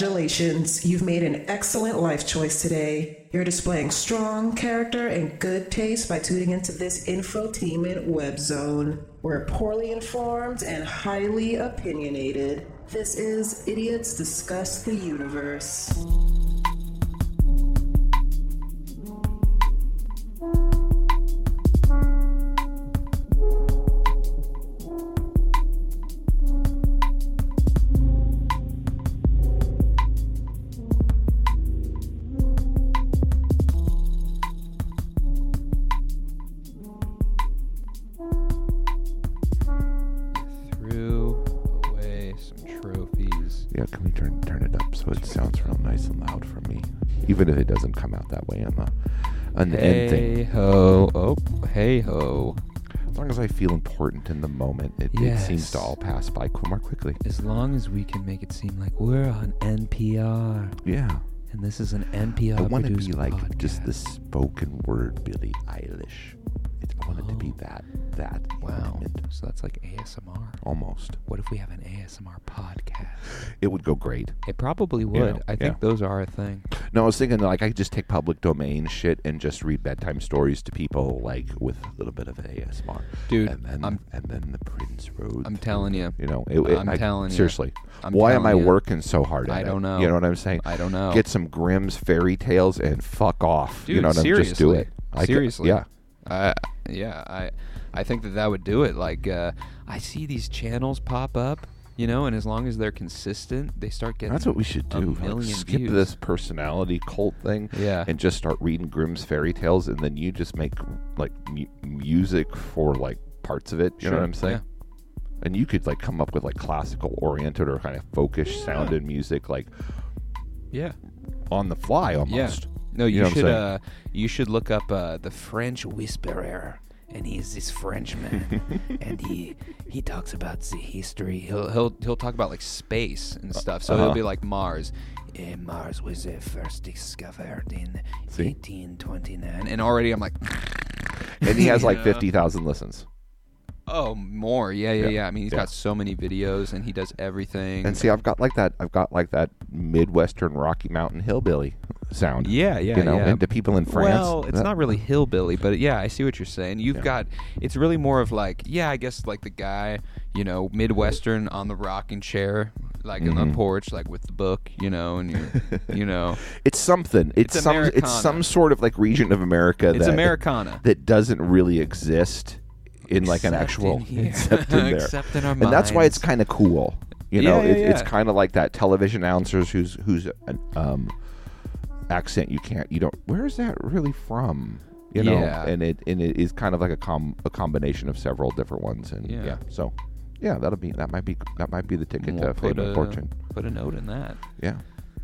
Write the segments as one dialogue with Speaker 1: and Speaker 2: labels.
Speaker 1: Congratulations, you've made an excellent life choice today. You're displaying strong character and good taste by tuning into this infotainment web zone. We're poorly informed and highly opinionated. This is Idiots Discuss the Universe.
Speaker 2: Threw away some trophies.
Speaker 3: Yeah, can we turn turn it up so it sounds real nice and loud for me? Even if it doesn't come out that way on the on the end thing.
Speaker 2: Hey ho! Oh, hey ho!
Speaker 3: As long as I feel important in the moment, it, it seems to
Speaker 2: Yes.
Speaker 3: all pass by qu- more quickly.
Speaker 2: As long as we can make it seem like we're on NPR,
Speaker 3: Yeah.
Speaker 2: and this is an NPR.
Speaker 3: I want to be
Speaker 2: produced
Speaker 3: like just
Speaker 2: podcast.
Speaker 3: the spoken word Billie Eilish. It, I want it to be
Speaker 2: Oh.
Speaker 3: that that
Speaker 2: Wow.
Speaker 3: intimate,
Speaker 2: So that's like ASMR.
Speaker 3: almost.
Speaker 2: What if we have an ASMR podcast?
Speaker 3: It would go great.
Speaker 2: It probably would.
Speaker 3: know,
Speaker 2: I think
Speaker 3: yeah.
Speaker 2: those are a thing.
Speaker 3: No, I was thinking like I could just take public domain shit and just read bedtime stories to people like with a little bit of ASMR.
Speaker 2: Dude,
Speaker 3: and then
Speaker 2: I'm-
Speaker 3: and then the prince rode.
Speaker 2: I'm
Speaker 3: through
Speaker 2: telling you.
Speaker 3: You know, it, it-
Speaker 2: I'm
Speaker 3: I-
Speaker 2: telling you.
Speaker 3: Seriously,
Speaker 2: I'm
Speaker 3: why am I
Speaker 2: telling you.
Speaker 3: working so hard? At
Speaker 2: I
Speaker 3: it?
Speaker 2: don't know.
Speaker 3: You know what I'm saying?
Speaker 2: I don't know.
Speaker 3: Get some Grimm's fairy tales and fuck off.
Speaker 2: Dude,
Speaker 3: you know what
Speaker 2: seriously.
Speaker 3: I'm just do it. I could-
Speaker 2: seriously.
Speaker 3: yeah.
Speaker 2: Uh, yeah. I, I think that that would do it. Like, uh, I see these channels pop up, you know, and as long as they're consistent, they start getting.
Speaker 3: That's what we should
Speaker 2: a
Speaker 3: do. Like,
Speaker 2: million
Speaker 3: skip
Speaker 2: views.
Speaker 3: this personality cult thing,
Speaker 2: Yeah.
Speaker 3: and just start reading Grimm's fairy tales, and then you just make like mu- music for like parts of it. You know
Speaker 2: Sure,
Speaker 3: what I'm saying? And you could like come up with like classical oriented or kind of folkish sounded music, like
Speaker 2: Yeah.
Speaker 3: on the fly almost.
Speaker 2: Yeah. No,
Speaker 3: You
Speaker 2: you,
Speaker 3: know what I'm
Speaker 2: should.
Speaker 3: saying?
Speaker 2: Uh, you should look up uh, the French Whisperer, and he is this Frenchman, and he he talks about the history. He'll he'll he'll talk about like space and stuff. So
Speaker 3: Uh-huh.
Speaker 2: he'll be like Mars. Eh, Mars was uh, first discovered in
Speaker 3: See?
Speaker 2: 1829, and already I'm like,
Speaker 3: And he has like
Speaker 2: Yeah.
Speaker 3: fifty thousand listens.
Speaker 2: oh, more, yeah, yeah,
Speaker 3: Yeah.
Speaker 2: yeah. I mean, he's
Speaker 3: Yeah.
Speaker 2: got so many videos, and he does everything.
Speaker 3: And see, I've got like that. I've got like that midwestern Rocky Mountain hillbilly sound.
Speaker 2: yeah, yeah,
Speaker 3: you know,
Speaker 2: yeah.
Speaker 3: and to people in France. Uh,
Speaker 2: Well, it's
Speaker 3: that-
Speaker 2: not really hillbilly, but yeah, I see what you're saying. You've
Speaker 3: Yeah.
Speaker 2: got it's really more of like, yeah, I guess like the guy, you know, midwestern on the rocking chair, like on
Speaker 3: Mm-hmm.
Speaker 2: the porch, like with the book, you know, and you, you know,
Speaker 3: It's something. It's,
Speaker 2: It's
Speaker 3: some.
Speaker 2: Americana.
Speaker 3: It's some sort of like region of America.
Speaker 2: it's
Speaker 3: that,
Speaker 2: Americana.
Speaker 3: that doesn't really exist in like an
Speaker 2: Except
Speaker 3: actual
Speaker 2: in here.
Speaker 3: except in there.
Speaker 2: Except in our
Speaker 3: and that's why
Speaker 2: minds.
Speaker 3: it's kind of cool. You
Speaker 2: Yeah,
Speaker 3: know,
Speaker 2: yeah,
Speaker 3: it, it's
Speaker 2: yeah.
Speaker 3: kind of like that television announcers who's who's an um, accent you can't you don't. Where is that really from? You know,
Speaker 2: Yeah.
Speaker 3: and it and it is kind of like a com a combination of several different ones, and
Speaker 2: Yeah.
Speaker 3: yeah, so yeah, that'll be that might be that might be the ticket
Speaker 2: And
Speaker 3: to fame
Speaker 2: put
Speaker 3: and
Speaker 2: a-
Speaker 3: fortune.
Speaker 2: Put a note in that.
Speaker 3: Yeah,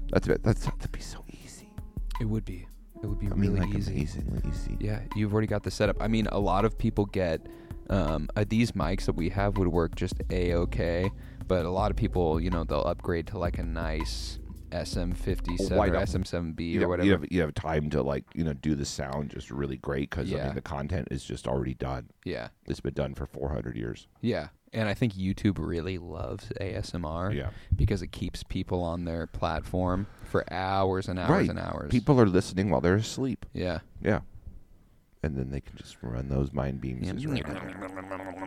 Speaker 3: that's it. That's that'd be so easy.
Speaker 2: It would be. It would be
Speaker 3: I mean,
Speaker 2: really
Speaker 3: like
Speaker 2: easy.
Speaker 3: amazingly easy.
Speaker 2: Yeah, you've already got the setup. I mean, a lot of people get um, uh, these mics that we have would work just a okay, but a lot of people, you know, they'll upgrade to like a nice SM57
Speaker 3: Why
Speaker 2: or
Speaker 3: don't-
Speaker 2: SM7B
Speaker 3: you
Speaker 2: or
Speaker 3: don't-
Speaker 2: whatever.
Speaker 3: You have, you have time to like you know do the sound just really great because I
Speaker 2: Yeah.
Speaker 3: mean the content is just already done.
Speaker 2: Yeah,
Speaker 3: It's been done for 400 years.
Speaker 2: yeah. And I think YouTube really loves ASMR
Speaker 3: Yeah.
Speaker 2: because it keeps people on their platform for hours and hours and hours.
Speaker 3: People are listening while they're asleep.
Speaker 2: yeah.
Speaker 3: Yeah. And then they can just run those mind beams. as regular.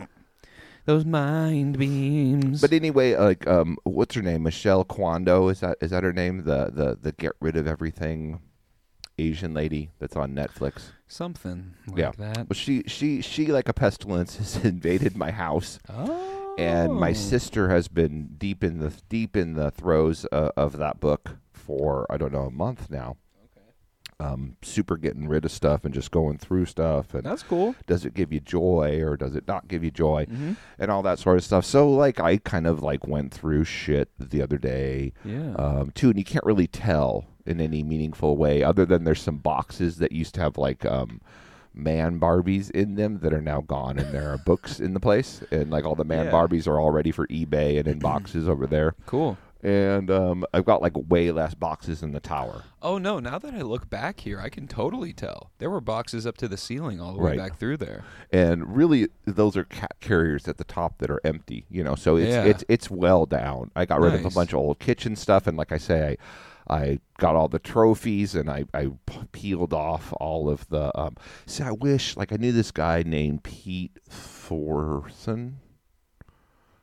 Speaker 2: Those mind beams.
Speaker 3: But anyway, like um, what's her name? Michelle Kwando is that is that her name? The the the get rid of everything Asian lady that's on Netflix.
Speaker 2: Something like
Speaker 3: yeah.
Speaker 2: that.
Speaker 3: Well, she she she like a pestilence has invaded my house.
Speaker 2: Oh.
Speaker 3: and my sister has been deep in the deep in the throes uh, of that book for I don't know a month now. Um, super getting rid of stuff and just going through stuff and
Speaker 2: That's cool.
Speaker 3: does it give you joy or does it not give you joy and all that sort of stuff. So like I kind of like went through shit the other day
Speaker 2: Yeah.
Speaker 3: um, too, and you can't really tell in any meaningful way other than there's some boxes that used to have like um, man Barbies in them that are now gone, and there are books in the place, and like all the man
Speaker 2: Yeah.
Speaker 3: Barbies are all ready for eBay and in boxes over there.
Speaker 2: Cool.
Speaker 3: and um, I've got like way less boxes in the tower.
Speaker 2: Oh no! Now that I look back here, I can totally tell there were boxes up to the ceiling all the way
Speaker 3: Right.
Speaker 2: back through there.
Speaker 3: and really those are cat carriers at the top that are empty you know so it's
Speaker 2: Yeah.
Speaker 3: it's it's well down i got rid of
Speaker 2: Nice.
Speaker 3: a bunch of old kitchen stuff and like i say i i got all the trophies and i i p- peeled off all of the um see i wish like i knew this guy named pete thorson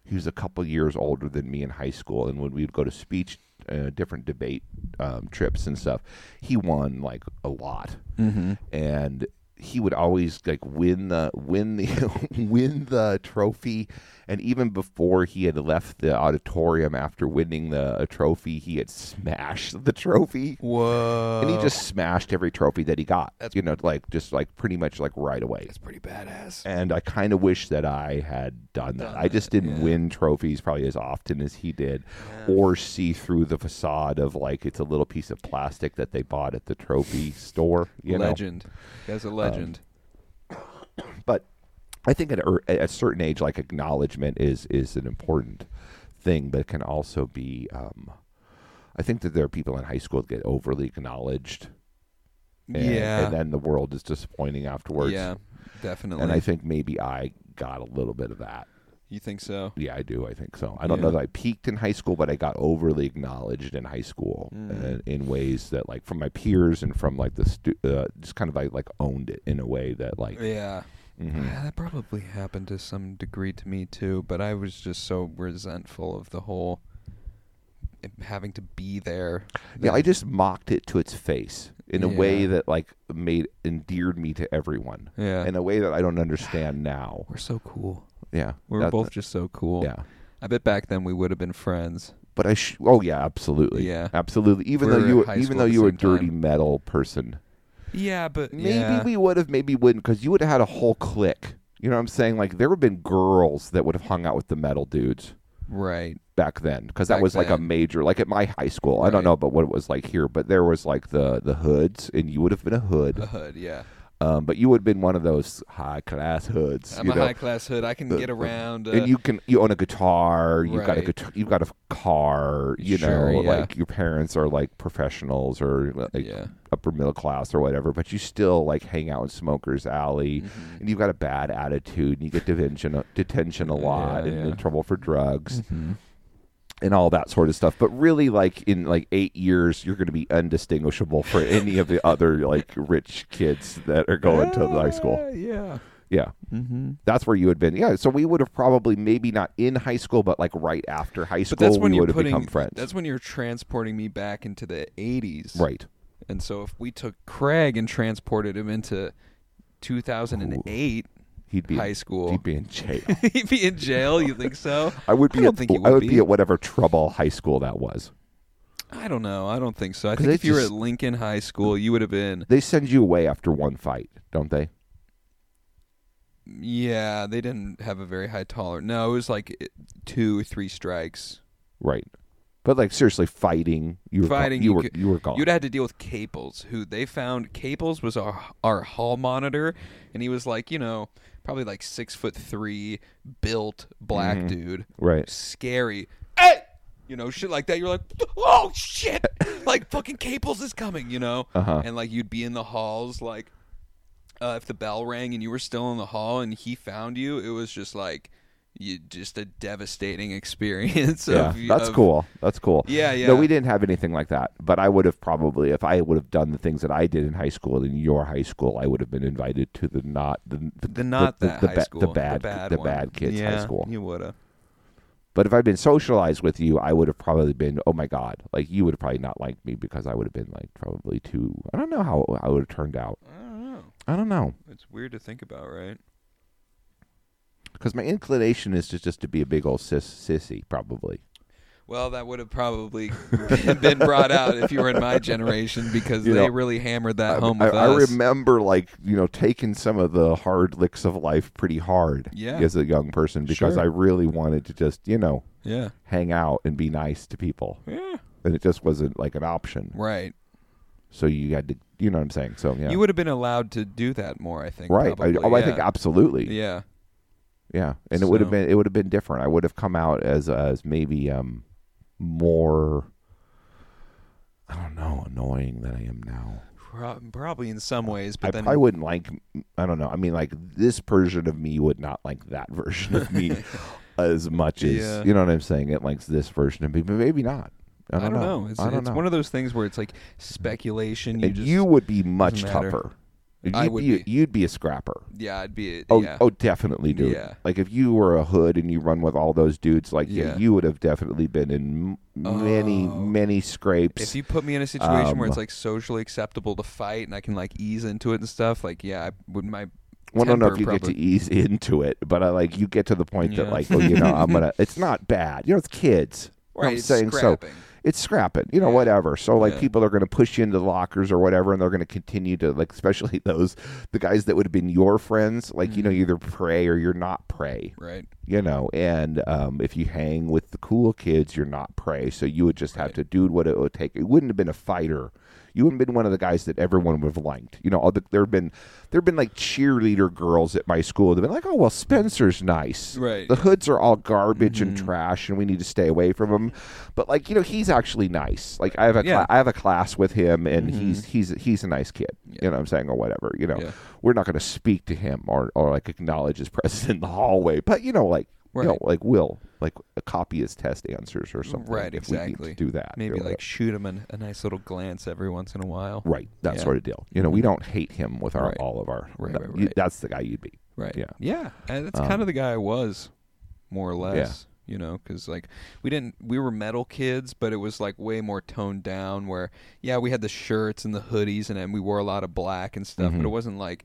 Speaker 3: he was a couple years older than me in high school, and when we'd go to speech, uh, different debate um, trips and stuff, he won like a lot, mm-hmm. and he would always like win the win the win the trophy, and even before he had left the auditorium after winning the a trophy, he had smashed the trophy.
Speaker 2: Whoa!
Speaker 3: And he just smashed every trophy that he got.
Speaker 2: That's-
Speaker 3: you know, like just like pretty much like right away
Speaker 2: that's pretty badass.
Speaker 3: and I kind of wish that I had done that. I just didn't win trophies probably as often as he did, or see through the facade of like it's a little piece of plastic that they bought at the trophy store. You know, um,
Speaker 2: legend. That's a legend.
Speaker 3: but I think at a, at a certain age, like acknowledgement is is an important thing, but can also be. Um, I think that there are people in high school that get overly acknowledged, and,
Speaker 2: yeah.
Speaker 3: and then the world is disappointing afterwards.
Speaker 2: yeah. Definitely.
Speaker 3: and I think maybe I got a little bit of that.
Speaker 2: you think so?
Speaker 3: Yeah, I do. I think so. I don't
Speaker 2: Yeah.
Speaker 3: know that I peaked in high school, but I got overly acknowledged in high school
Speaker 2: Hmm.
Speaker 3: uh, in ways that, like, from my peers and from like the stu- uh, just kind of I like owned it in a way that, like, mm-hmm.
Speaker 2: Yeah.
Speaker 3: Hmm.
Speaker 2: Yeah, that probably happened to some degree to me too, but I was just so resentful of the whole it- having to be there.
Speaker 3: yeah, I just mocked it to its face in a way
Speaker 2: Yeah.
Speaker 3: that like made endeared me to everyone.
Speaker 2: Yeah.
Speaker 3: in a way that I don't understand now.
Speaker 2: We're so cool.
Speaker 3: Yeah,
Speaker 2: We were
Speaker 3: that-
Speaker 2: both just so cool.
Speaker 3: Yeah.
Speaker 2: I bet back then we would have been friends.
Speaker 3: But I sh- oh yeah, absolutely.
Speaker 2: Yeah.
Speaker 3: absolutely. Even
Speaker 2: We
Speaker 3: though
Speaker 2: were
Speaker 3: you
Speaker 2: in
Speaker 3: were,
Speaker 2: high
Speaker 3: even
Speaker 2: school
Speaker 3: though
Speaker 2: at the
Speaker 3: you were a
Speaker 2: same
Speaker 3: dirty
Speaker 2: time.
Speaker 3: metal person,
Speaker 2: Yeah, but
Speaker 3: Maybe we would have, maybe wouldn't, because you would have had a whole clique. You know what I'm saying? Like there would have been girls that would have hung out with the metal dudes
Speaker 2: right.
Speaker 3: back then, because that
Speaker 2: Back
Speaker 3: was like a
Speaker 2: then.
Speaker 3: major, like at my high school. I
Speaker 2: Right.
Speaker 3: don't know about what it was like here, but there was like the the hoods, and you would have been a
Speaker 2: A
Speaker 3: hood,
Speaker 2: hood, yeah.
Speaker 3: um, but you would have been one of those high class hoods.
Speaker 2: I'm
Speaker 3: you
Speaker 2: a
Speaker 3: know?
Speaker 2: high class hood. I can get around. Uh,
Speaker 3: and you can you own a guitar, you've got a
Speaker 2: Right.
Speaker 3: guitar, you've got a car, you
Speaker 2: Sure,
Speaker 3: know,
Speaker 2: yeah.
Speaker 3: like your parents are like professionals or like
Speaker 2: Yeah.
Speaker 3: upper middle class or whatever, but you still like hang out in smokers alley,
Speaker 2: Mm-hmm.
Speaker 3: and you've got a bad attitude, and you get detention uh, detention a lot,
Speaker 2: Yeah, Mm-hmm.
Speaker 3: and
Speaker 2: yeah.
Speaker 3: in trouble for drugs. And all that sort of stuff, but really, like in like eight years, you're going to be undistinguishable for any of the other like rich kids that are going to high school.
Speaker 2: Ah, Yeah.
Speaker 3: Yeah. Mm-hmm. That's where you had been. Yeah. So we would have probably maybe not in high school, but like right after high school,
Speaker 2: But that's when
Speaker 3: we
Speaker 2: you're
Speaker 3: would have
Speaker 2: putting.
Speaker 3: become friends.
Speaker 2: That's when you're transporting me back into the '80s.
Speaker 3: right.
Speaker 2: And so if we took Craig and transported him into 2008
Speaker 3: He'd be
Speaker 2: high
Speaker 3: in,
Speaker 2: school,
Speaker 3: He'd be in jail.
Speaker 2: he'd be in jail. You think so?
Speaker 3: I would be.
Speaker 2: I don't
Speaker 3: at,
Speaker 2: think he
Speaker 3: I
Speaker 2: would
Speaker 3: would be.
Speaker 2: be.
Speaker 3: at whatever trouble high school that was.
Speaker 2: I don't know. I don't think so. I think
Speaker 3: they
Speaker 2: if you were
Speaker 3: just-
Speaker 2: at Lincoln High School, you would have been.
Speaker 3: They send you away after one fight, don't they?
Speaker 2: Yeah, they didn't have a very high tolerance. No, it was like eh, two, three strikes.
Speaker 3: Right. But like seriously, fighting. You were go-
Speaker 2: Fighting,
Speaker 3: You
Speaker 2: you
Speaker 3: were.
Speaker 2: could-
Speaker 3: you were gone.
Speaker 2: You'd had to deal with Caples, who they found Caples was our our hall monitor, and he was like, you know, probably like six foot three, built black dude,
Speaker 3: Mm-hmm. Right.
Speaker 2: Scary, hey, you know, shit like that. You're like, oh shit, like fucking Caples is coming, you know,
Speaker 3: Uh-huh.
Speaker 2: and like you'd be in the halls, like uh, if the bell rang and you were still in the hall and he found you, it was just like. You just a devastating experience.
Speaker 3: Yeah,
Speaker 2: of,
Speaker 3: that's
Speaker 2: of-
Speaker 3: cool. That's cool.
Speaker 2: Yeah, yeah.
Speaker 3: No, we didn't have anything like that. But I would have probably, if I would have done the things that I did in high school in your high school, I would have been invited to the not the,
Speaker 2: the not
Speaker 3: the,
Speaker 2: that
Speaker 3: the,
Speaker 2: high
Speaker 3: ba-
Speaker 2: school,
Speaker 3: the bad the
Speaker 2: one.
Speaker 3: bad kids
Speaker 2: Yeah,
Speaker 3: high school.
Speaker 2: You woulda.
Speaker 3: But if I'd been socialized with you, I would have probably been, oh my god, like you would have probably not liked me because I would have been like probably too. I don't know how I would have turned out.
Speaker 2: I don't know.
Speaker 3: I don't know
Speaker 2: It's weird to think about, right?
Speaker 3: because my inclination is to just to be a big old sis, sissy, probably.
Speaker 2: Well, that would have probably been brought out if you were in my generation because
Speaker 3: You
Speaker 2: they
Speaker 3: know,
Speaker 2: really hammered that
Speaker 3: I,
Speaker 2: home
Speaker 3: I,
Speaker 2: with
Speaker 3: I
Speaker 2: us.
Speaker 3: remember like you know taking some of the hard licks of life pretty hard
Speaker 2: Yeah.
Speaker 3: as a young person because
Speaker 2: Sure.
Speaker 3: I really wanted to just you know
Speaker 2: yeah.
Speaker 3: hang out and be nice to people
Speaker 2: Yeah.
Speaker 3: and it just wasn't like an option
Speaker 2: Right.
Speaker 3: so you had to you know what I'm saying so yeah
Speaker 2: You would have been allowed to do that more, I think.
Speaker 3: right I,
Speaker 2: probably,
Speaker 3: oh I
Speaker 2: yeah.
Speaker 3: think absolutely yeah,
Speaker 2: Yeah.
Speaker 3: and it would have
Speaker 2: So-
Speaker 3: been it would have been different I would have come out as as maybe um more I don't know, annoying than I am now.
Speaker 2: Pro- probably in some ways,
Speaker 3: I
Speaker 2: but then
Speaker 3: probably wouldn't like. I don't know. I mean, like this version of me would not like that version of me as much as
Speaker 2: Yeah.
Speaker 3: you know what I'm saying. It likes this version of me, but maybe not. I
Speaker 2: I
Speaker 3: don't,
Speaker 2: don't, know. It's,
Speaker 3: I don't
Speaker 2: it's
Speaker 3: know.
Speaker 2: one of those things where it's like speculation. You
Speaker 3: And
Speaker 2: just
Speaker 3: you would be much
Speaker 2: doesn't matter.
Speaker 3: tougher. You'd
Speaker 2: I would
Speaker 3: be,
Speaker 2: be.
Speaker 3: You'd be a scrapper.
Speaker 2: yeah, I'd be
Speaker 3: Oh,
Speaker 2: yeah.
Speaker 3: oh, definitely, dude.
Speaker 2: Yeah.
Speaker 3: Like if you were a hood and you run with all those dudes, like yeah,
Speaker 2: Yeah. Oh.
Speaker 3: you would have definitely been in m- many, many scrapes.
Speaker 2: if you put me in a situation where
Speaker 3: Um,
Speaker 2: it's like socially acceptable to fight and I can like ease into it and stuff, like yeah, I would my
Speaker 3: Well, I don't know if
Speaker 2: temper
Speaker 3: you get
Speaker 2: probably-
Speaker 3: to e ease into it, but I like you get to the point that
Speaker 2: Yeah.
Speaker 3: like, oh, you know, I'm gonna. It's not bad. You know, it's kids. You know
Speaker 2: Right,
Speaker 3: I'm
Speaker 2: it's
Speaker 3: saying
Speaker 2: scrapping.
Speaker 3: so. It's scrapping. You know, whatever. So like,
Speaker 2: Yeah.
Speaker 3: people are gonna push you into lockers or whatever, and they're gonna continue to like, especially those the guys that would have been your friends. Like, you know,
Speaker 2: Mm-hmm.
Speaker 3: you either pray or you're not prey.
Speaker 2: right.
Speaker 3: You know, and um, if you hang with the cool kids, you're not prey. So you would just have to do what it would take. It wouldn't have been a fighter. You wouldn't have been one of the guys that everyone would have liked. You know, all the, there have been there have been like cheerleader girls at my school. They've been like, oh well, Spencer's nice.
Speaker 2: Right, Mm-hmm.
Speaker 3: The hoods are all garbage and trash, and we need to stay away from them. But like, you know, he's actually nice. Like I have a cla-
Speaker 2: Yeah.
Speaker 3: I have a class with him, and he's he's he's a nice kid. You know what I'm saying, or whatever. You know,
Speaker 2: Mm-hmm. Yeah.
Speaker 3: we're not going to speak to him or, or like acknowledge his presence in the hallway. But you know, like you know,
Speaker 2: Right.
Speaker 3: like will like a copy his test answers or something.
Speaker 2: Right,
Speaker 3: if We
Speaker 2: exactly.
Speaker 3: need to do that.
Speaker 2: Maybe
Speaker 3: you know,
Speaker 2: like shoot him an, a nice little glance every once in a while.
Speaker 3: right that
Speaker 2: Yeah. Mm-hmm.
Speaker 3: sort of deal. You know, we don't hate him with our
Speaker 2: Right.
Speaker 3: all of our.
Speaker 2: Right,
Speaker 3: that-
Speaker 2: right,
Speaker 3: you-
Speaker 2: right.
Speaker 3: that's the guy you'd be.
Speaker 2: Right.
Speaker 3: Yeah. Um,
Speaker 2: Yeah. And that's kind of the guy I was, more or less. You know, because like we didn't, we were metal kids, but it was like way more toned down. Where yeah, we had the shirts and the hoodies, and then we wore a lot of black and stuff,
Speaker 3: Mm-hmm.
Speaker 2: but it wasn't like.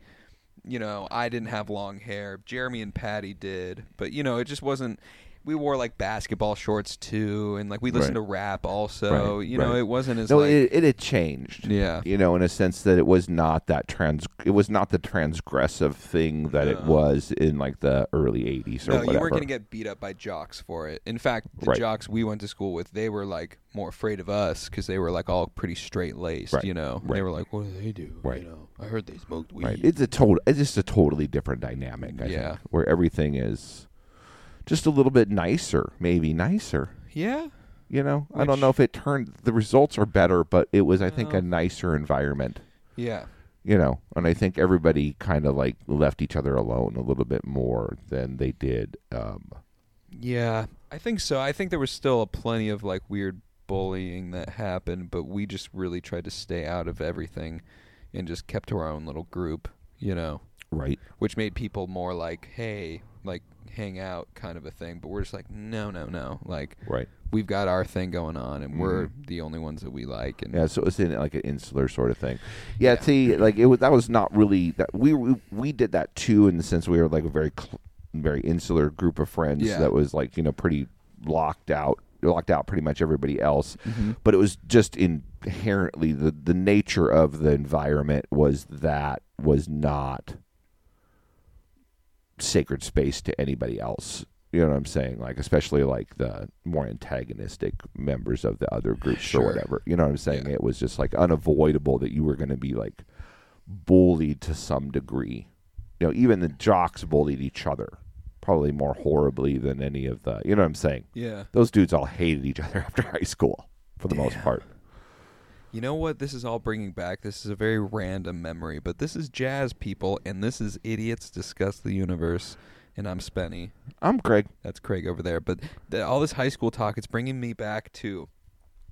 Speaker 2: You know, I didn't have long hair. Jeremy and Patty did, but you know, it just wasn't. We wore like basketball shorts too, and like we listened
Speaker 3: Right.
Speaker 2: to rap also.
Speaker 3: Right,
Speaker 2: you know,
Speaker 3: right.
Speaker 2: it wasn't as
Speaker 3: No,
Speaker 2: like
Speaker 3: it, it had changed.
Speaker 2: Yeah.
Speaker 3: you know, in a sense that it was not that trans. It was not the transgressive thing that it was in like the early '80s or
Speaker 2: No,
Speaker 3: whatever.
Speaker 2: you weren't going to get beat up by jocks for it. In fact, the
Speaker 3: Right.
Speaker 2: jocks we went to school with, they were like more afraid of us because they were like all pretty straight laced,
Speaker 3: Right.
Speaker 2: you know.
Speaker 3: Right.
Speaker 2: They were like, "What do they do?"
Speaker 3: Right.
Speaker 2: You know, I heard they smoked weed.
Speaker 3: Right. It's a total. It's just a totally different dynamic. I
Speaker 2: Yeah.
Speaker 3: Think, where everything is just a little bit nicer, maybe nicer.
Speaker 2: Yeah,
Speaker 3: You know, I don't know if it turned. The results are better, but it was, I think, a nicer environment.
Speaker 2: yeah,
Speaker 3: You know, and I think everybody kind of like left each other alone a little bit more than they did. Um,
Speaker 2: yeah. I think so. I think there was still a plenty of like weird bullying that happened, but we just really tried to stay out of everything and just kept to our own little group, you know.
Speaker 3: right.
Speaker 2: which made people more like, hey, like hang out kind of a thing. But we're just like, no, no, no. Like,
Speaker 3: Right.
Speaker 2: We've got our thing going on, and we're the only ones that we like. And
Speaker 3: Yeah, so it was in like an insular sort of thing. Yeah, see, like it was that was not really that we we, we did that too in the sense we were like a very cl- very insular group of friends
Speaker 2: Yeah.
Speaker 3: that was like you know pretty locked out locked out pretty much everybody else, but it was just inherently the the nature of the environment was that was not sacred space to anybody else. You know what I'm saying? Like especially like the more antagonistic members of the other groups or
Speaker 2: Sure.
Speaker 3: whatever. You know what I'm saying? It was just like unavoidable that you were going to be like bullied to some degree. You know, even the jocks bullied each other probably more horribly than any of the. You know what I'm saying?
Speaker 2: yeah,
Speaker 3: Those dudes all hated each other after high school for the most part.
Speaker 2: you know what? This is all bringing back. This is a very random memory, but this is jazz people, and this is idiots discuss the universe. And I'm Spenny.
Speaker 3: I'm Craig.
Speaker 2: That's Craig over there. But the, all this high school talk, it's bringing me back to,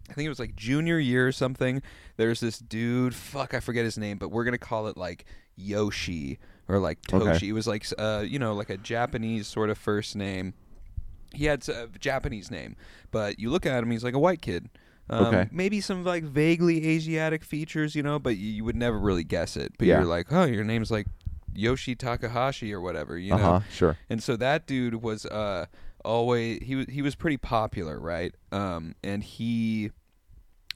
Speaker 2: I think it was like junior year or something. There's this dude, fuck, I forget his name, but we're going to call it like Yoshi or like
Speaker 3: Okay.
Speaker 2: Toshi. It was like, uh, you know, like a Japanese sort of first name. He had a Japanese name, but you look at him, he's like a white kid. Um,
Speaker 3: Okay.
Speaker 2: Maybe some like vaguely Asiatic features, you know, but you, you would never really guess it. But
Speaker 3: Yeah.
Speaker 2: you're like, oh, your name's like Yoshi Takahashi or whatever, you
Speaker 3: Uh huh.
Speaker 2: know.
Speaker 3: Sure.
Speaker 2: And so that dude was uh always he was he was pretty popular, right? Um and he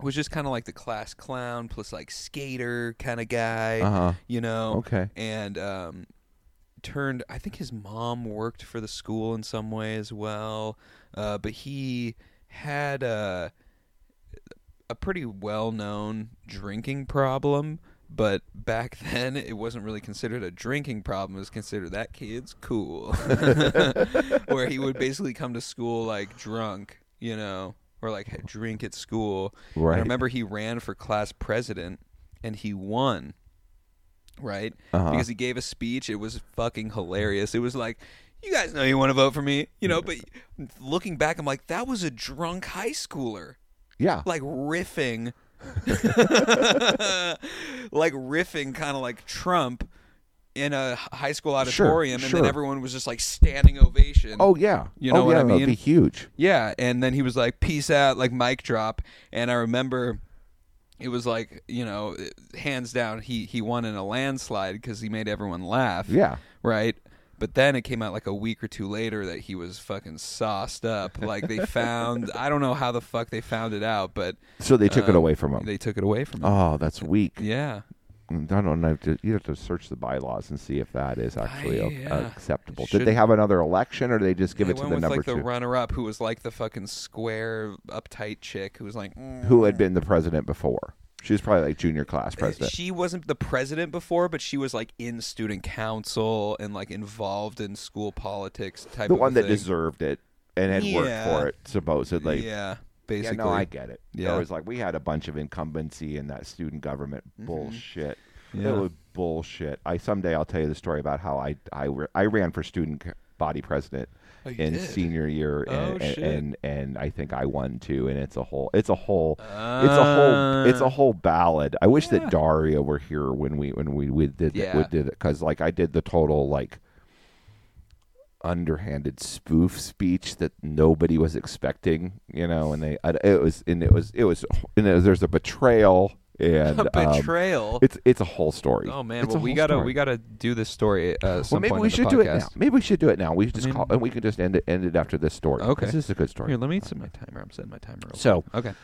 Speaker 2: was just kind of like the class clown plus like skater kind of guy,
Speaker 3: Uh-huh.
Speaker 2: you know.
Speaker 3: Okay.
Speaker 2: And um turned I think his mom worked for the school in some way as well. Uh but he had uh a pretty well known drinking problem, but back then it wasn't really considered a drinking problem. It was considered that kid's cool. Where he would basically come to school like drunk, you know, or like drink at school. And
Speaker 3: Right.
Speaker 2: I remember he ran for class president and he won. Right?
Speaker 3: Uh-huh.
Speaker 2: Because he gave a speech. It was fucking hilarious. It was like, you guys know you want to vote for me, you know, but looking back, I'm like, that was a drunk high schooler
Speaker 3: Yeah.
Speaker 2: like riffing like riffing kind of like Trump in a h- high school
Speaker 3: Sure,
Speaker 2: auditorium and
Speaker 3: sure.
Speaker 2: then everyone was just like standing ovation.
Speaker 3: oh yeah.
Speaker 2: You
Speaker 3: oh
Speaker 2: know what
Speaker 3: yeah,
Speaker 2: I
Speaker 3: that'd
Speaker 2: mean?
Speaker 3: be huge.
Speaker 2: Yeah, and then he was like peace out like mic drop and I remember it was like, you know, hands down he he won in a landslide cuz he made everyone laugh.
Speaker 3: Yeah.
Speaker 2: Right? But then it came out like a week or two later that he was fucking sauced up. Like they found, I don't know how the fuck they found it out, but
Speaker 3: So they took it
Speaker 2: Um,
Speaker 3: away from him.
Speaker 2: they took it away from him.
Speaker 3: oh, that's weak.
Speaker 2: yeah.
Speaker 3: Mm, I don't know. You have to search the bylaws and see if that is actually
Speaker 2: I-
Speaker 3: a-
Speaker 2: yeah.
Speaker 3: acceptable.
Speaker 2: It
Speaker 3: Did they
Speaker 2: should-
Speaker 3: have another election, or did they just give
Speaker 2: They
Speaker 3: it to
Speaker 2: went
Speaker 3: the
Speaker 2: with
Speaker 3: number
Speaker 2: like the
Speaker 3: two,
Speaker 2: runner-up who was like the fucking square, uptight chick who was like, mm.
Speaker 3: who had been the president before? She was probably like junior class president.
Speaker 2: she wasn't the president before, but she was like in student council and like involved in school politics type.
Speaker 3: the
Speaker 2: of
Speaker 3: one
Speaker 2: a
Speaker 3: that
Speaker 2: thing.
Speaker 3: deserved it and had worked
Speaker 2: Yeah.
Speaker 3: for it, supposedly.
Speaker 2: yeah,
Speaker 3: Yeah,
Speaker 2: basically.
Speaker 3: no, I get it.
Speaker 2: Yeah.
Speaker 3: It was like we had a bunch of incumbency in that student government bullshit.
Speaker 2: Mm-hmm. Yeah.
Speaker 3: It was bullshit. I someday I'll tell you the story about how I I, re- I ran for student c- body president
Speaker 2: Oh, you
Speaker 3: in
Speaker 2: did?
Speaker 3: senior year, and,
Speaker 2: Oh,
Speaker 3: and,
Speaker 2: shit.
Speaker 3: and and I think I won too. And it's a whole it's a whole it's a
Speaker 2: Uh.
Speaker 3: whole it's a whole ballad. I wish that Daria were here when we when we, we did it, we
Speaker 2: Yeah.
Speaker 3: did it because like I did the total like underhanded spoof speech that nobody was expecting, you know, and they and it was and it was it was and it was- there's a betrayal and
Speaker 2: a
Speaker 3: um,
Speaker 2: betrayal.
Speaker 3: it's it's a whole story.
Speaker 2: oh man,
Speaker 3: It's a
Speaker 2: well we
Speaker 3: whole
Speaker 2: gotta
Speaker 3: story.
Speaker 2: we gotta do this story. Uh,
Speaker 3: Well,
Speaker 2: some
Speaker 3: maybe
Speaker 2: point
Speaker 3: we
Speaker 2: in the
Speaker 3: should do it
Speaker 2: podcast.
Speaker 3: now. Maybe we should do it now. We should just
Speaker 2: mean-
Speaker 3: call and we can just end it end it after this story.
Speaker 2: Okay.
Speaker 3: this is a good story.
Speaker 2: Here, let me set my timer. I'm setting my timer. real
Speaker 3: So-
Speaker 2: quick. okay,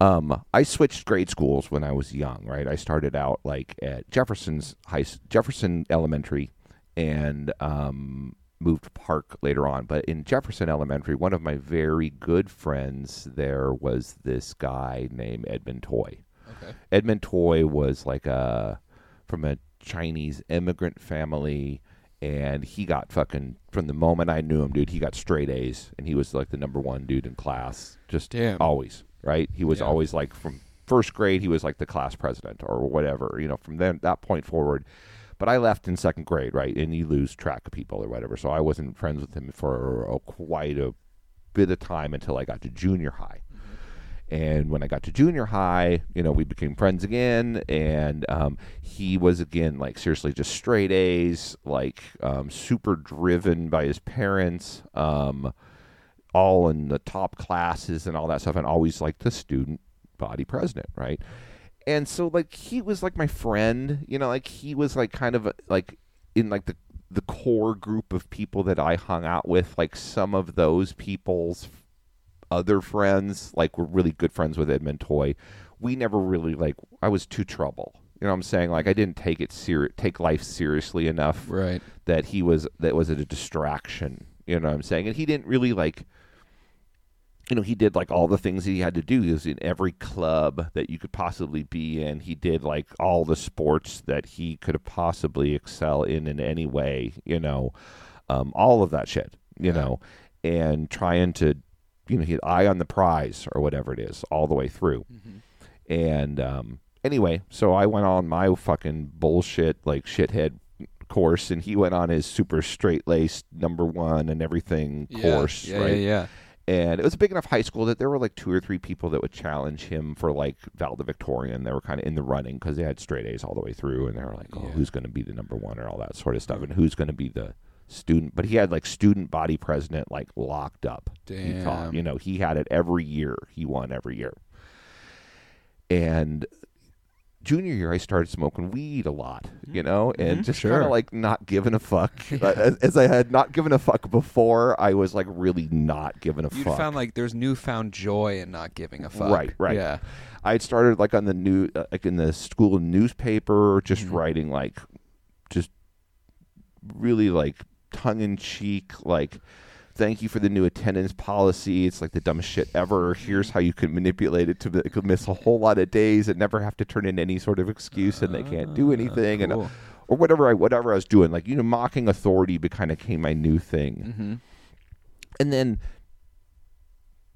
Speaker 3: Um, I switched grade schools when I was young, right? I started out like at Jefferson's high, s- Jefferson Elementary, and um, moved to Park later on. But in Jefferson Elementary, one of my very good friends there was this guy named Edmund Toy.
Speaker 2: okay,
Speaker 3: Edmund Toy was like a from a Chinese immigrant family, and he got fucking from the moment I knew him, dude. He got straight A's, and he was like the number one dude in class, just
Speaker 2: Damn.
Speaker 3: always right. He was
Speaker 2: Yeah.
Speaker 3: always like from first grade, he was like the class president or whatever, you know. From then that point forward. But I left in second grade, right? And you lose track of people or whatever. So I wasn't friends with him for a, quite a bit of time until I got to junior high. And when I got to junior high, you know, we became friends again. And um, he was, again, like seriously just straight A's, like um, super driven by his parents, um, all in the top classes and all that stuff, and always like the student body president, right? And so, like, he was like my friend, you know, like he was like kind of like in like the the core group of people that I hung out with, like some of those people's other friends, like we're really good friends with Edmund Toy. We never really like I was too trouble. You know what I'm saying? Like I didn't take it ser- take life seriously enough
Speaker 2: right.
Speaker 3: that he was that was a distraction. You know what I'm saying? And he didn't really like you know, he did like all the things that he had to do. He was in every club that you could possibly be in. He did like all the sports that he could have possibly excel in in any way, you know, um, all of that shit, you know, and trying to, you know, he had eye on the prize or whatever it is all the way through. And um, anyway, so I went on my fucking bullshit, like shithead course, and he went on his super straight laced number one and everything course,
Speaker 2: yeah,
Speaker 3: right?
Speaker 2: yeah, yeah.
Speaker 3: and it was a big enough high school that there were like two or three people that would challenge him for like valedictorian. They were kind of in the running because they had straight A's all the way through, and they were like, "Oh,
Speaker 2: Yeah.
Speaker 3: who's going to be the number one?" or all that sort of stuff, and who's going to be the student. But he had like student body president like locked up. He thought,
Speaker 2: Damn.
Speaker 3: you know, he had it every year. He won every year, and junior year I started smoking weed a lot, you know, and just kind
Speaker 2: Mm-hmm. Sure.
Speaker 3: of like not giving a fuck. As, as I had not given a fuck before, I was like really not giving a
Speaker 2: You
Speaker 3: fuck.
Speaker 2: found like there's newfound joy in not giving a fuck.
Speaker 3: Right, right.
Speaker 2: Yeah.
Speaker 3: I had started like on the new, uh, like in the school newspaper, just writing like, just really like tongue in cheek, like, thank you for the new attendance policy. It's like the dumbest shit ever. Here's how you can manipulate it to be- could miss a whole lot of days and never have to turn in any sort of excuse, and they can't do anything, and uh,
Speaker 2: cool.
Speaker 3: or whatever I whatever I was doing, like you know, mocking authority, but kind of became my new thing. And then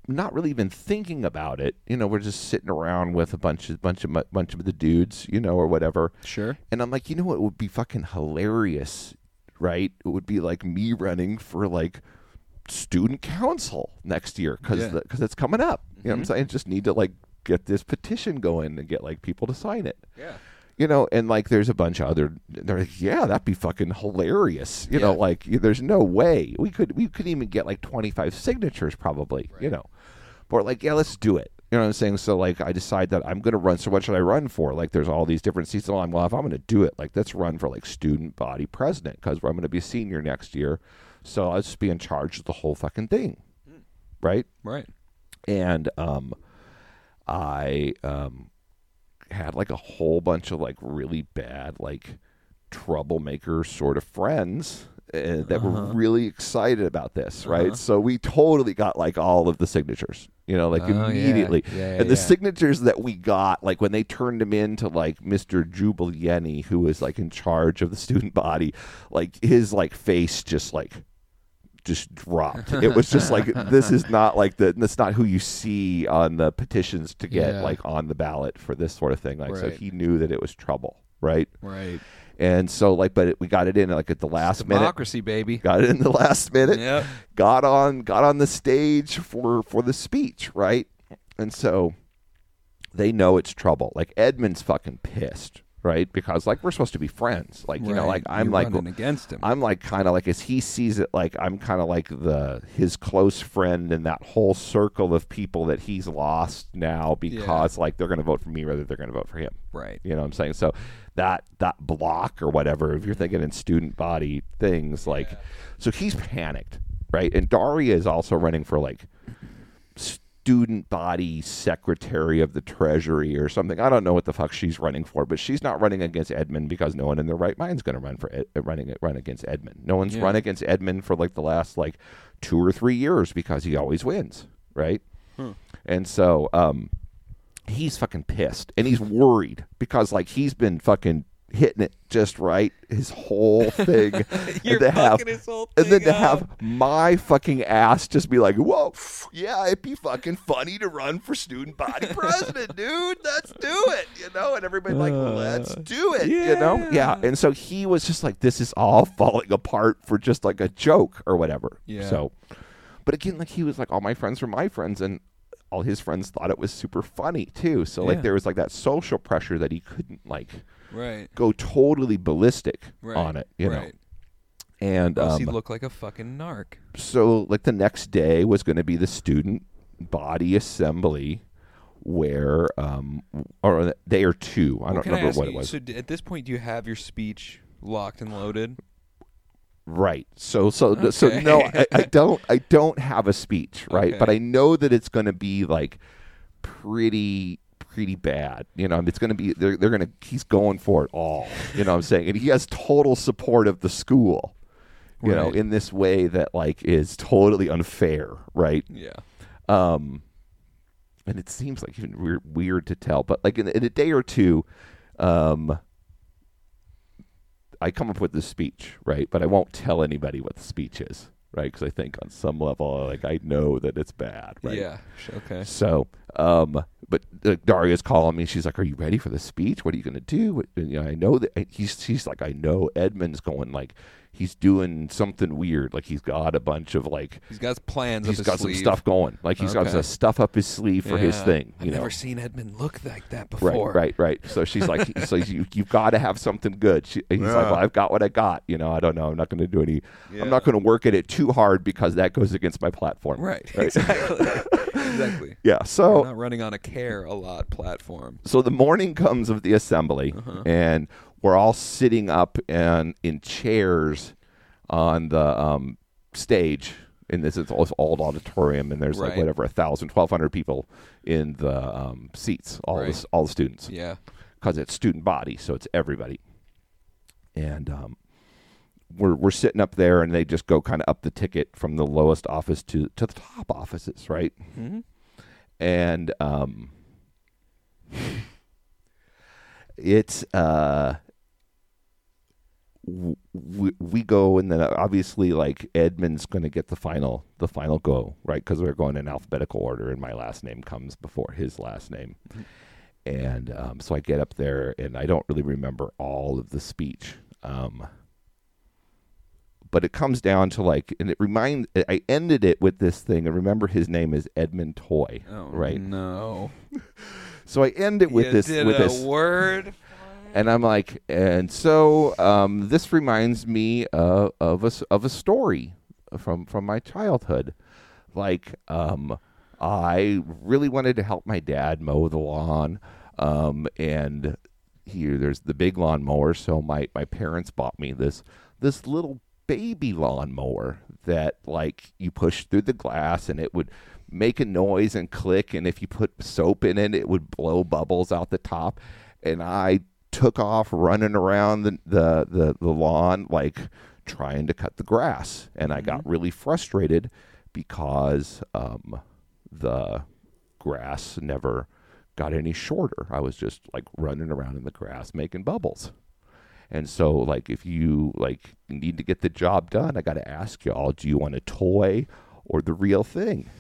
Speaker 3: not really even thinking about it. You know, we're just sitting around with a bunch of bunch of bunch of the dudes, you know, or whatever.
Speaker 2: Sure.
Speaker 3: And I'm like, you know what would be fucking hilarious, right? It would be like me running for like student council next year because
Speaker 2: Yeah.
Speaker 3: because it's coming up. You know what I'm saying? Just need to like get this petition going and get like people to sign it.
Speaker 2: Yeah.
Speaker 3: You know, and like there's a bunch of other. They're like, yeah, that'd be fucking hilarious. You know,
Speaker 2: Yeah.
Speaker 3: like y- there's no way we could we could even get like 25 signatures probably. You know, but like yeah, let's do it. You know what I'm saying? So like I decide that I'm gonna run. So what should I run for? Like there's all these different seats. So I'm well, if I'm gonna do it, like let's run for like student body president because I'm gonna be a senior next year. So I'll just be in charge of the whole fucking thing, right?
Speaker 2: Right.
Speaker 3: and um, I um, had like a whole bunch of like really bad like troublemaker sort of friends uh, that
Speaker 2: Uh-huh.
Speaker 3: were really excited about this, right? So we totally got like all of the signatures, you know, like
Speaker 2: Oh, yeah.
Speaker 3: immediately,
Speaker 2: Yeah, yeah,
Speaker 3: and the
Speaker 2: yeah.
Speaker 3: signatures that we got, like when they turned him in to like Mr. Jubal Yenny, who was like in charge of the student body, like his like face just like just dropped. It was just like this is not like the that's not who you see on the petitions to get
Speaker 2: Yeah.
Speaker 3: like on the ballot for this sort of thing. Like so
Speaker 2: Right.
Speaker 3: he knew that it was trouble, right?
Speaker 2: Right.
Speaker 3: And so like but it, we got it in like at the last minute.
Speaker 2: Democracy, baby.
Speaker 3: Got it in the last minute
Speaker 2: Yep.
Speaker 3: got on got on the stage for for the speech, right? And so they know it's trouble. Like Edmund's fucking pissed, right? Because like we're supposed to be friends. Like you know,
Speaker 2: Right.
Speaker 3: like I'm
Speaker 2: You're
Speaker 3: like
Speaker 2: running against him.
Speaker 3: I'm like kind of like as he sees it, like I'm kind of like the his close friend and that whole circle of people that he's lost now because like they're gonna vote for me rather than they're gonna vote for him.
Speaker 2: right.
Speaker 3: You know what I'm saying? So that that block or whatever, if you're thinking in student body things, like so he's panicked, right? And Daria is also running for like student body secretary of the treasury or something. I don't know what the fuck she's running for, but she's not running against Edmund because no one in their right mind's going to run for Ed, uh, running run against Edmund. No one's
Speaker 2: Yeah.
Speaker 3: run against Edmund for like the last like 2 or 3 years because he always wins, right? And so um he's fucking pissed and he's worried because like he's been fucking hitting it just right his whole thing And
Speaker 2: You're
Speaker 3: to have-
Speaker 2: fucking his whole
Speaker 3: and then
Speaker 2: thing
Speaker 3: to
Speaker 2: up.
Speaker 3: have my fucking ass just be like whoa pff, yeah it'd be fucking funny to run for student body president dude let's do it you know and everybody like
Speaker 2: Uh,
Speaker 3: let's do it you know yeah and so he was just like this is all falling apart for just like a joke or whatever
Speaker 2: Yeah.
Speaker 3: so but again, like he was like, all my friends were my friends, and all his friends thought it was super funny too. So like
Speaker 2: Yeah.
Speaker 3: there was like that social pressure that he couldn't like
Speaker 2: Right.
Speaker 3: go totally ballistic
Speaker 2: Right.
Speaker 3: on it, you
Speaker 2: right.
Speaker 3: know. And
Speaker 2: Plus,
Speaker 3: um,
Speaker 2: he looked like a fucking narc.
Speaker 3: so like the next day was going to be the student body assembly where um or day or two i don't
Speaker 2: Can I
Speaker 3: remember
Speaker 2: ask
Speaker 3: what
Speaker 2: you,
Speaker 3: it was
Speaker 2: So d- at this point, do you have your speech locked and loaded?
Speaker 3: Right. So so so no, I, I don't I don't have a speech, right?
Speaker 2: Okay.
Speaker 3: But I know that it's going to be like pretty pretty bad. You know, it's going to be they're they're going to he's going for it all. You know what I'm saying? And he has total support of the school. You know,
Speaker 2: Right.
Speaker 3: in this way that like is totally unfair, right?
Speaker 2: Yeah.
Speaker 3: Um, and it seems like even weird, weird to tell, but like in, in a day or two, um, I come up with this speech, right? But I won't tell anybody what the speech is, right? Because I think on some level, like I know that it's bad, right?
Speaker 2: Yeah. Sh- Okay.
Speaker 3: So, um, but like, Daria's calling me. She's like, "Are you ready for the speech? What are you going to do?" What- And, you know, I know that and he's. She's like, "I know Edmund's going like." He's doing something weird. Like he's got a bunch of like
Speaker 2: He's got plans. up
Speaker 3: he's
Speaker 2: his
Speaker 3: got
Speaker 2: sleeve.
Speaker 3: some stuff going. Like he's got
Speaker 2: Okay.
Speaker 3: some stuff up his sleeve for his
Speaker 2: Yeah.
Speaker 3: thing.
Speaker 2: I've
Speaker 3: You know,
Speaker 2: never seen Edmund look like that
Speaker 3: Right,
Speaker 2: before.
Speaker 3: right, right. So she's like, so you you've got to have something good. She, he's like, well, I've got what I got. You know, I don't know. I'm not going to do any.
Speaker 2: Yeah.
Speaker 3: I'm not going to work at it too hard because that goes against my platform.
Speaker 2: Right. Exactly. exactly.
Speaker 3: Yeah.
Speaker 2: We're
Speaker 3: So
Speaker 2: not running on a care a lot platform.
Speaker 3: so the morning comes of the assembly,
Speaker 2: Uh-huh.
Speaker 3: and we're all sitting up and in chairs on the um, stage. And this is all old auditorium, and there's like
Speaker 2: Right.
Speaker 3: whatever a thousand, twelve hundred people in the um, seats. All the
Speaker 2: Right.
Speaker 3: s all the students.
Speaker 2: Yeah.
Speaker 3: because it's student body, so it's everybody. And um, we're we're sitting up there, and they just go kind of up the ticket from the lowest office to to the top offices, right?
Speaker 2: Hmm?
Speaker 3: And um, it's uh, we, we go and then obviously like Edmund's going to get the final the final go right because we're going in alphabetical order and my last name comes before his last name and um, so I get up there and I don't really remember all of the speech um, but it comes down to like and it remind I ended it with this thing and remember his name is Edmund Toy
Speaker 2: Oh,
Speaker 3: right
Speaker 2: No.
Speaker 3: so I end it with
Speaker 2: You
Speaker 3: this
Speaker 2: did
Speaker 3: with
Speaker 2: a
Speaker 3: this
Speaker 2: word.
Speaker 3: and I'm like, and so um, this reminds me uh, of a s- of a story from from my childhood. Like, um, I really wanted to help my dad mow the lawn, um, and here there's the big lawn mower. So my my parents bought me this this little baby lawnmower that like you push through the glass and it would make a noise and click and if you put soap in it it would blow bubbles out the top and i took off running around the the, the, the lawn like trying to cut the grass and i got really frustrated because um, the grass never got any shorter i was just like running around in the grass making bubbles and so, like, if you like need to get the job done, I got to ask y'all: Do you want a toy or the real thing?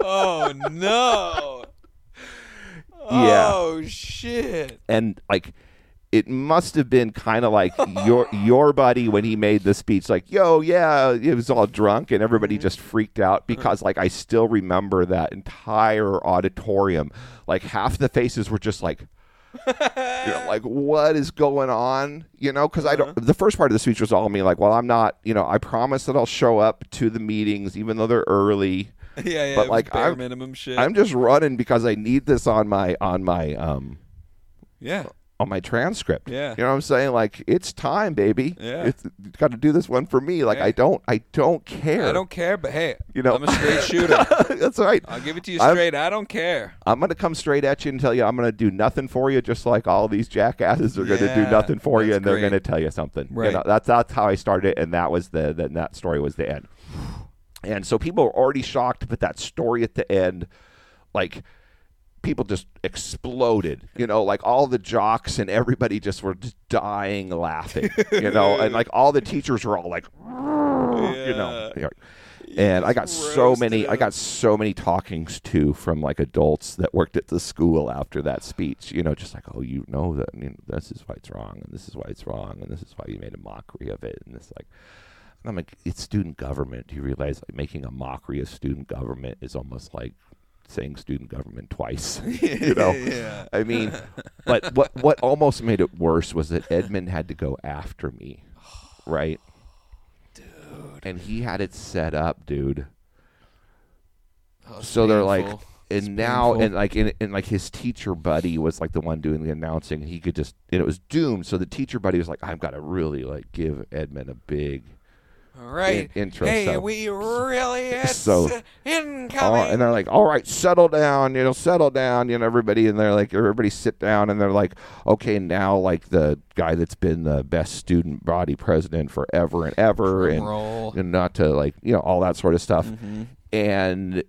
Speaker 2: Oh no.
Speaker 3: Yeah.
Speaker 2: Oh shit.
Speaker 3: And like, it must have been kind of like your your buddy when he made the speech, like, "Yo, yeah," it was all drunk, and everybody just freaked out because, like, I still remember that entire auditorium. Like, half the faces were just like. you know, like what is going on you know because i don't the first part of the speech was all me like well i'm not you know i promise that i'll show up to the meetings even though they're early
Speaker 2: Yeah, yeah.
Speaker 3: But,
Speaker 2: it was
Speaker 3: like,
Speaker 2: bare
Speaker 3: I'm-
Speaker 2: minimum shit.
Speaker 3: i'm just running because i need this on my on my um
Speaker 2: yeah.
Speaker 3: on my transcript
Speaker 2: Yeah.
Speaker 3: you know what i'm saying like it's time baby
Speaker 2: Yeah.
Speaker 3: it's got to do this one for me like
Speaker 2: Yeah.
Speaker 3: i don't i don't care
Speaker 2: I don't care, but hey,
Speaker 3: You know-
Speaker 2: I'm a straight shooter.
Speaker 3: that's all right
Speaker 2: I'll give it to you
Speaker 3: I'm-
Speaker 2: straight. I don't care.
Speaker 3: I'm gonna come straight at you and tell you I'm gonna do nothing for you, just like all these jackasses are gonna do
Speaker 2: Yeah,
Speaker 3: nothing for you,
Speaker 2: that's
Speaker 3: and they're
Speaker 2: great.
Speaker 3: gonna tell you something. You
Speaker 2: Right.
Speaker 3: know, that's that's how I started, and that was the then that story was the end. And so people were already shocked, but that story at the end, like people just exploded you know like all the jocks and everybody just were just dying laughing you know and like all the teachers were all like you know yeah. and i got so many i got so many talkings too from like adults that worked at the school after that speech you know just like oh you know that you know, this is why it's wrong and this is why it's wrong and this is why you made a mockery of it and it's like and i'm like it's student government do you realize like making a mockery of student government is almost like saying student government twice you know
Speaker 2: Yeah.
Speaker 3: I mean, but what what almost made it worse was that Edmund had to go after me, right? Dude. And he had it set up, dude.
Speaker 2: Oh,
Speaker 3: So they're like,
Speaker 2: painful.
Speaker 3: and now,
Speaker 2: painful.
Speaker 3: and like, and, and like his teacher buddy was like the one doing the announcing. He could just, and it was doomed. So the teacher buddy was like, I've got to really like give Edmund a big.
Speaker 2: all right,
Speaker 3: in- intro,
Speaker 2: Hey,
Speaker 3: so-
Speaker 2: we really it's
Speaker 3: so-
Speaker 2: uh, incoming.
Speaker 3: Oh, and they're like, all right, settle down, you know, settle down, you know, everybody. And they're like, everybody sit down. And they're like, okay, now, like, the guy that's been the best student body president forever and ever,
Speaker 2: Drum
Speaker 3: and,
Speaker 2: roll.
Speaker 3: and not to, like, you know, all that sort of stuff. And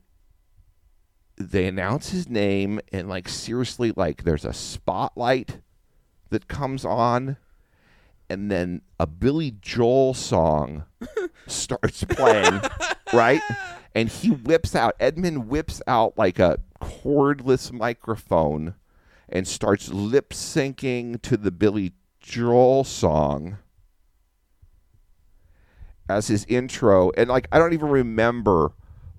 Speaker 3: they announce his name, and, like, seriously, like, there's a spotlight that comes on, and then a Billy Joel song starts playing, right? And he whips out, Edmund whips out like a cordless microphone and starts lip syncing to the Billy Joel song as his intro. And like, I don't even remember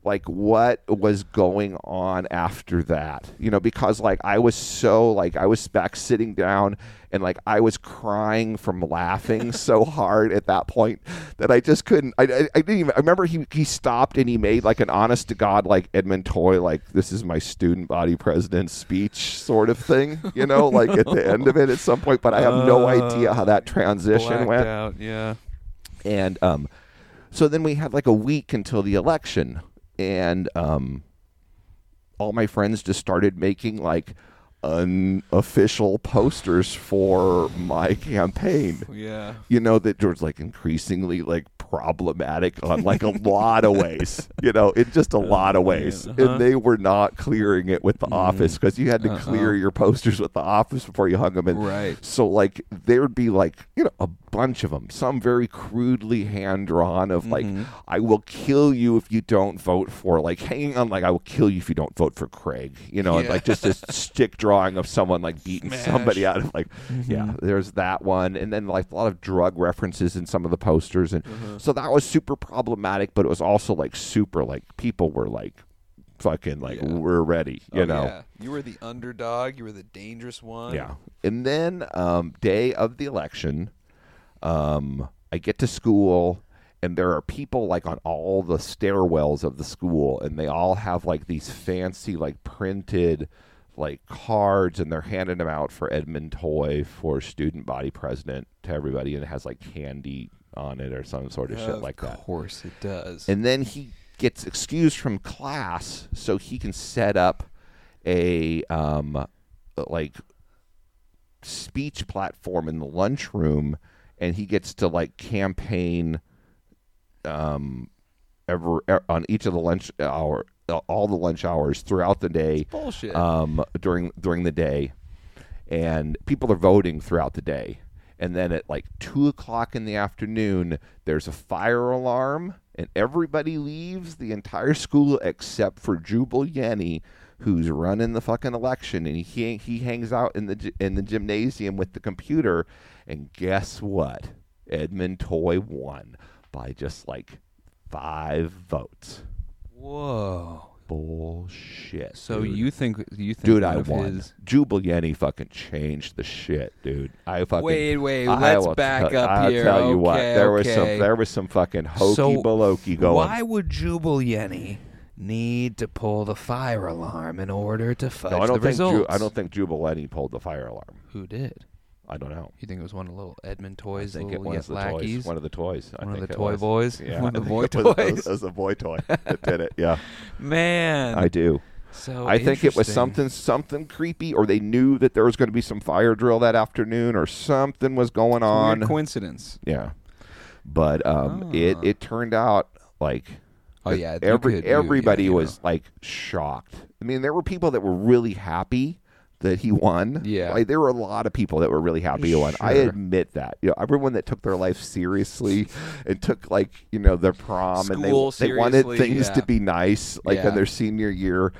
Speaker 3: like what was going on after that you know because like i was so like i was back sitting down and like i was crying from laughing so hard at that point that i just couldn't i, I, I didn't even i remember he, he stopped and he made like an honest to god like edmund toy like this is my student body president speech sort of thing you know like at the end of it at some point but i have no idea how that transition
Speaker 2: Blacked
Speaker 3: went
Speaker 2: out. Yeah.
Speaker 3: and um, so then we had like a week until the election, and um, all my friends just started making like unofficial posters for my campaign.
Speaker 2: Yeah.
Speaker 3: You know that George like increasingly like problematic on like a lot of ways. You know, in just a lot of ways,
Speaker 2: Oh, man, uh-huh. Mm-hmm.
Speaker 3: and they were not clearing it with the office because you had to clear your posters with the office before you hung them in.
Speaker 2: Uh-uh. Right.
Speaker 3: So like there would be like you know a bunch of them, some very crudely hand drawn of like
Speaker 2: Mm-hmm.
Speaker 3: I will kill you if you don't vote for like hanging on like I will kill you if you don't vote for Craig. You know, and, like just this stick drawing of someone like beating somebody out of like yeah.
Speaker 2: Mm-hmm.
Speaker 3: There's that one, and then like a lot of drug references in some of the posters, and
Speaker 2: Mm-hmm.
Speaker 3: so that was super problematic. But it was also like super like people were like fucking like
Speaker 2: Yeah.
Speaker 3: we're ready, you
Speaker 2: Oh,
Speaker 3: know.
Speaker 2: yeah. you were the underdog. You were the dangerous one.
Speaker 3: Yeah. And then um, day of the election, um, I get to school and there are people like on all the stairwells of the school and they all have like these fancy like printed like cards and they're handing them out for Edmund Toy for student body president to everybody and it has like candy on it or some sort of shit
Speaker 2: Of
Speaker 3: like that.
Speaker 2: course it does.
Speaker 3: And then he gets excused from class so he can set up a um, like speech platform in the lunchroom, and he gets to like campaign um, ever er, on each of the lunch hour, all the lunch hours throughout the day,
Speaker 2: Bullshit.
Speaker 3: um, during during the day, and people are voting throughout the day. And then at like two o'clock in the afternoon, there's a fire alarm, and everybody leaves the entire school except for Jubal Yenny, who's running the fucking election, and he he hangs out in the gy- in the gymnasium with the computer. And guess what? Edmund Toy won by just like five votes.
Speaker 2: Whoa.
Speaker 3: Bullshit.
Speaker 2: So
Speaker 3: dude.
Speaker 2: you think you think
Speaker 3: Dude,
Speaker 2: one
Speaker 3: I
Speaker 2: of
Speaker 3: won.
Speaker 2: his-
Speaker 3: Jubal Yenny fucking changed the shit, dude. I fucking
Speaker 2: Wait, wait,
Speaker 3: I
Speaker 2: let's
Speaker 3: will
Speaker 2: back
Speaker 3: tell-
Speaker 2: up
Speaker 3: I'll
Speaker 2: here.
Speaker 3: tell you what,
Speaker 2: Okay,
Speaker 3: there was
Speaker 2: okay.
Speaker 3: some, there was some fucking hokey
Speaker 2: So
Speaker 3: balokey going.
Speaker 2: Why would Jubal Yenny need to pull the fire alarm in order to fudge
Speaker 3: No, I don't
Speaker 2: the
Speaker 3: think
Speaker 2: results?
Speaker 3: Ju- I don't think Jubal Yenny pulled the fire alarm.
Speaker 2: Who did?
Speaker 3: I don't know.
Speaker 2: You think it was one of the little Edmund toys,
Speaker 3: I think it
Speaker 2: little
Speaker 3: was
Speaker 2: yet
Speaker 3: the
Speaker 2: lackeys?
Speaker 3: toys. One of the toys. I
Speaker 2: One of
Speaker 3: think
Speaker 2: the
Speaker 3: it
Speaker 2: toy
Speaker 3: was.
Speaker 2: boys?
Speaker 3: Yeah,
Speaker 2: One of the
Speaker 3: I think
Speaker 2: boy
Speaker 3: it was-
Speaker 2: toys?
Speaker 3: It was, it was a boy toy that did it. Yeah,
Speaker 2: Man,
Speaker 3: I do.
Speaker 2: so
Speaker 3: I think it was
Speaker 2: interesting.
Speaker 3: something something creepy, or they knew that there was going to be some fire drill that afternoon, or something was going on.
Speaker 2: Weird coincidence.
Speaker 3: Yeah. But um, it it turned out like
Speaker 2: Ah. Oh, yeah, you
Speaker 3: every
Speaker 2: could- you- yeah,
Speaker 3: everybody
Speaker 2: you
Speaker 3: was like shocked. I mean, there were people that were really happy that he won.
Speaker 2: Yeah.
Speaker 3: like there were a lot of people that were really happy he won. I
Speaker 2: Sure.
Speaker 3: admit that. You know, everyone that took their life seriously and took like you know their prom
Speaker 2: School
Speaker 3: and they they wanted
Speaker 2: seriously,
Speaker 3: things
Speaker 2: yeah.
Speaker 3: to be nice, like
Speaker 2: Yeah. Mm-hmm.
Speaker 3: in their senior year,